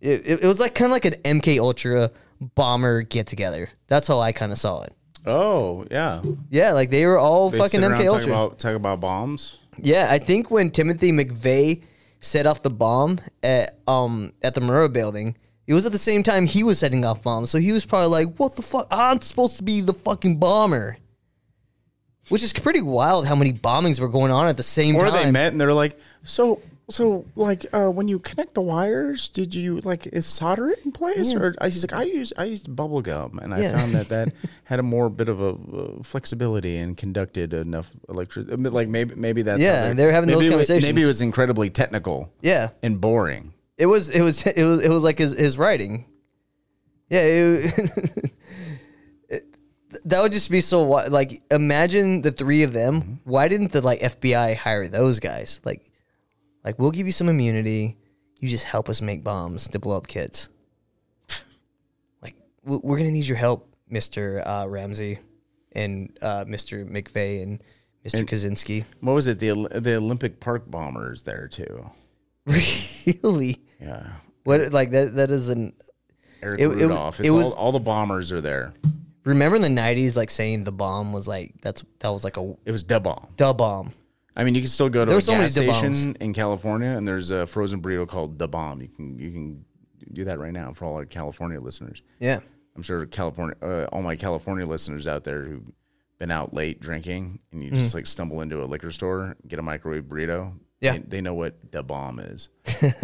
It, it, it was like kind of like an MK Ultra bomber get together. That's how I kind of saw it. Oh yeah, Yeah, like they were all They fucking sit around MK talk Ultra. about talk about bombs. Yeah, I think when Timothy McVeigh set off the bomb at um at the Murrah building, it was at the same time he was setting off bombs. So he was probably like, "What the fuck? I'm supposed to be the fucking bomber." Which is pretty wild how many bombings were going on at the same or time. they met and they're like, so, so, like, uh, when you connect the wires, did you like is solder it in place? Or I, he's like, I used I used bubble gum, and I Yeah. found that that had a more bit of a uh, flexibility and conducted enough electricity. Like maybe maybe that's how Yeah, they're having those maybe it was- maybe conversations. it was incredibly technical Yeah. and boring. It was it was it was it was like his his writing. Yeah, it, it- that would just be so wi- like imagine the three of them. Why didn't the like FBI hire those guys? Like like we'll give you some immunity. You just help us make bombs to blow up kids. Like w- we're gonna need your help, Mister uh, Ramsey, and uh, Mister McVeigh and Mister Kaczynski. What was it? The Ol- the Olympic Park bombers there too. really? Yeah, What like that? That is an Eric It- it- Rudolph. it It's all- was- all the bombers are there. remember in the nineties, like saying the bomb was like that's that was like a It was da bomb. da bomb. I mean, you can still go to There a were so many gas Da Bombs. station in California, and there's a frozen burrito called Da Bomb. You can you can do that right now for all our California listeners. Yeah, I'm sure California, uh, all my California listeners out there who've been out late drinking, and you just like stumble into a liquor store, get a microwave Mm. burrito, Yeah. They, they know what da bomb is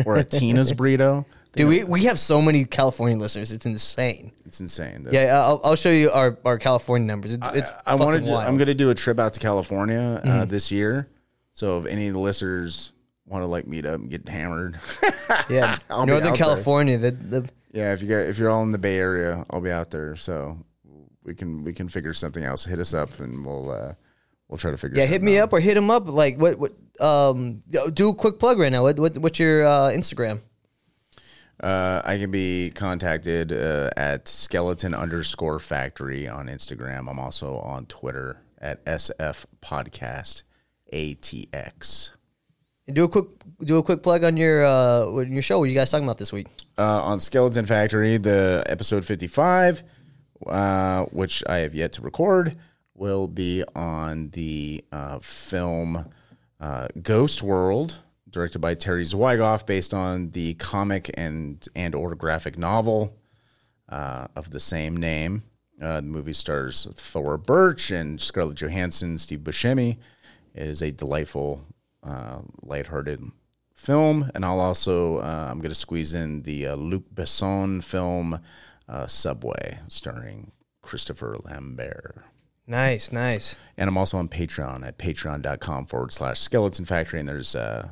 or a Tina's burrito. Dude, They know- we, we have so many California listeners. It's insane. It's insane. The- Yeah, I'll, I'll show you our, our California numbers. It's, it's Mm. I want wanted. To, I'm going to do a trip out to California uh, this year. So if any of the listeners want to like meet up and get hammered, Yeah, I'll be out Northern there. California. The, the yeah. If you got, if you're all in the Bay Area, I'll be out there. So we can we can figure something else. Hit us up and we'll uh, we'll try to figure. yeah, hit me up or hit him up. Like what what um yo, do a quick plug right now. What, what what's your uh, Instagram? Uh, I can be contacted uh, at skeleton underscore factory on Instagram. I'm also on Twitter at SF Podcast ATX. Do a quick do a quick plug on your uh on your show. What are you guys talking about this week? uh, on Skeleton Factory, the episode 55, uh, which I have yet to record, will be on the uh, film uh, Ghost World, directed by Terry Zwigoff, based on the comic and and or graphic novel uh, of the same name. Uh, the movie stars Thor Birch and Scarlett Johansson, Steve Buscemi. It is a delightful, uh, lighthearted film, and I'll also uh, I'm going to squeeze in the uh, Luc Besson film uh, Subway, starring Christopher Lambert. Nice, nice. And I'm also on Patreon at patreon.com forward slash skeleton factory. And there's uh,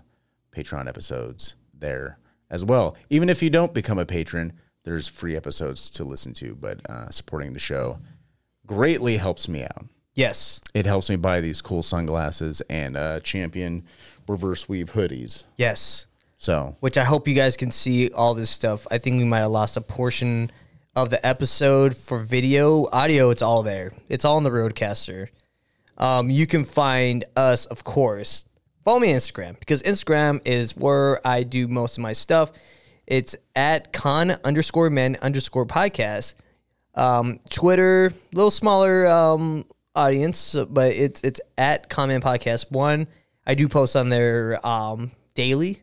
Patreon episodes there as well. Even if you don't become a patron, there's free episodes to listen to. But uh, supporting the show greatly helps me out. Yes, It helps me buy these cool sunglasses and uh, champion reverse weave hoodies. yes. So Which I hope you guys can see all this stuff. I think we might have lost a portion of the episode for video, audio. It's all there. It's all in the Roadcaster. Um, you can find us, of course. Follow me on Instagram because Instagram is where I do most of my stuff. It's at con underscore men underscore podcast. Um, Twitter, a little smaller um, audience, but it's it's at comment podcast one. I do post on there um, daily.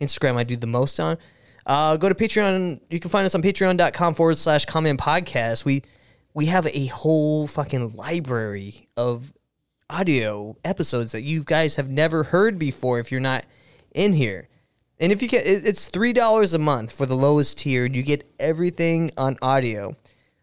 Instagram, I do the most on. Uh, go to Patreon. You can find us on patreon.com forward slash comment podcast. We we have a whole fucking library of audio episodes that you guys have never heard before if you're not in here. And if you get it, it's three dollars a month for the lowest tier, you get everything on audio.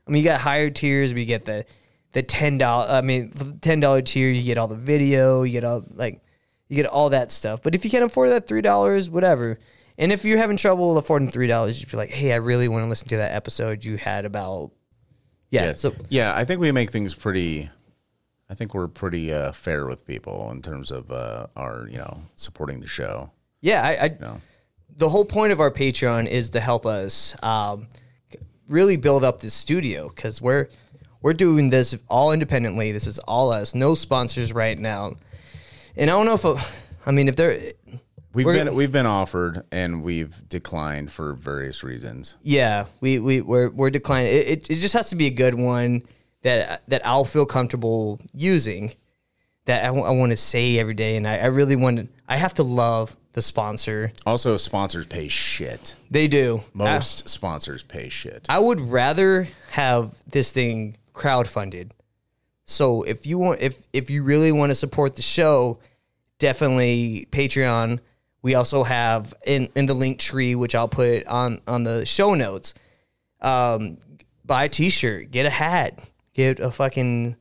I mean, you got higher tiers, but you get the the ten dollar. I mean, for the ten dollar tier, you get all the video, you get all like you get all that stuff. But if you can't afford that three dollars, whatever. And if you're having trouble affording three dollars, you'd be like, "Hey, I really want to listen to that episode you had about." Yeah, yeah, so yeah, I think we make things pretty. I think we're pretty uh, fair with people in terms of uh, our, you know, supporting the show. yeah, I, I You know, the whole point of our Patreon is to help us um, really build up this studio because we're we're doing this all independently. This is all us, no sponsors right now. And I don't know if uh, I mean if there, we've We're- been we've been offered and we've declined for various reasons. yeah, we we we're, we're declining. It, it it just has to be a good one that that I'll feel comfortable using. That I want to say every day, and I, I really want to. I have to love the sponsor. Also, sponsors pay shit. They do I- Most sponsors pay shit. I would rather have this thing crowdfunded. So if you want, if if you really want to support the show, definitely Patreon. We also have in in the link tree, which I'll put on on the show notes. Um, buy a T-shirt, get a hat, get a fucking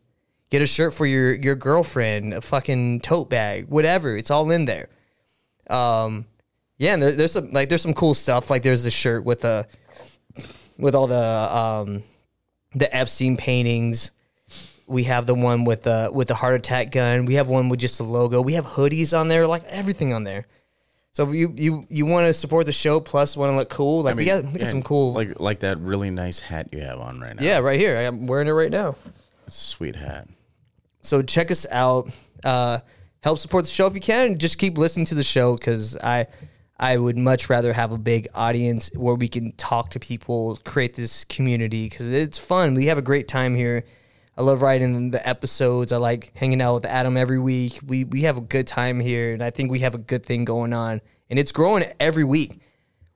get a shirt for your your girlfriend, a fucking tote bag, whatever. It's all in there. Um, yeah, and there, there's some like there's some cool stuff. Like there's a shirt with a with all the um the Epstein paintings. We have the one with the with the heart attack gun. We have one with just the logo. We have hoodies on there, like everything on there. So if you you you want to support the show plus want to look cool, like we got we got yeah, some cool like like that really nice hat you have on right now. yeah, right here. I'm wearing it right now. It's a sweet hat. So check us out. Uh, help support the show if you can. Just keep listening to the show because I I would much rather have a big audience where we can talk to people, create this community because it's fun. We have a great time here. I love writing the episodes. I like hanging out with Adam every week. We we have a good time here, and I think we have a good thing going on, and it's growing every week.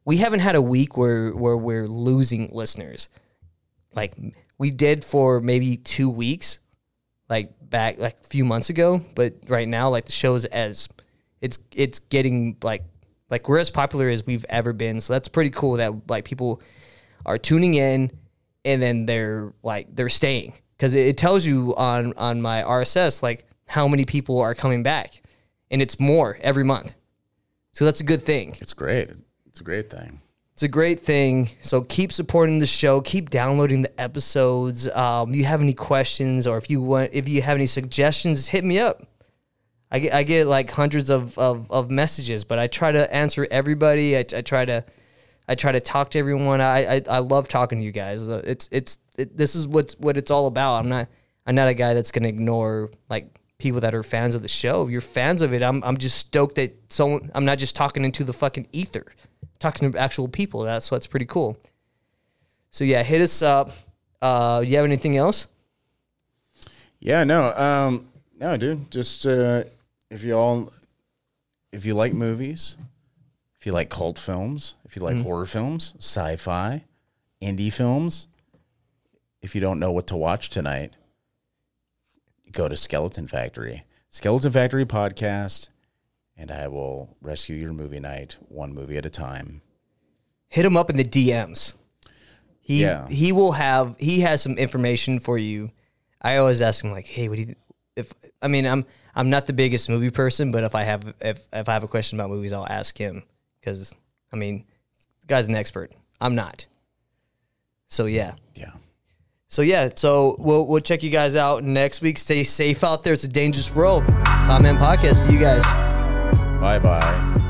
We haven't had a week where where we're losing listeners. Like we did for maybe two weeks, like back like a few months ago, but right now like the show's as it's it's getting like like we're as popular as we've ever been. So that's pretty cool that like people are tuning in and then they're like they're staying because it, it tells you on on my RSS like how many people are coming back, and it's more every month. So that's a good thing. It's great. It's a great thing. It's a great thing. So keep supporting the show. Keep downloading the episodes. Um, you have any questions or if you want, if you have any suggestions, hit me up. I get, I get like hundreds of, of, of messages, but I try to answer everybody. I, I try to, I try to talk to everyone. I, I, I love talking to you guys. Uh, It's, it's, it, this is what's, what it's all about. I'm not, I'm not a guy that's going to ignore like people that are fans of the show. If you're fans of it. I'm, I'm just stoked that someone, I'm not just talking into the fucking ether, talking to actual people. That's, so that's pretty cool. So yeah, hit us up. Uh, you have anything else? Yeah, no, um, no, dude. Just uh, if you all, if you like movies, if you like cult films, if you like horror films, sci-fi, indie films, if you don't know what to watch tonight, go to Skeleton Factory, Skeleton Factory podcast, and I will rescue your movie night one movie at a time. hit him up in the DMs. He Yeah. he will have he has some information for you. I always ask him like, hey, what do you if I mean I'm I'm not the biggest movie person, but if I have if if I have a question about movies, I'll ask him because I mean, the guy's an expert. I'm not. So yeah. Yeah. So yeah, so we'll we'll check you guys out next week. Stay safe out there. It's a dangerous world. Comment podcast. See you guys. Bye bye.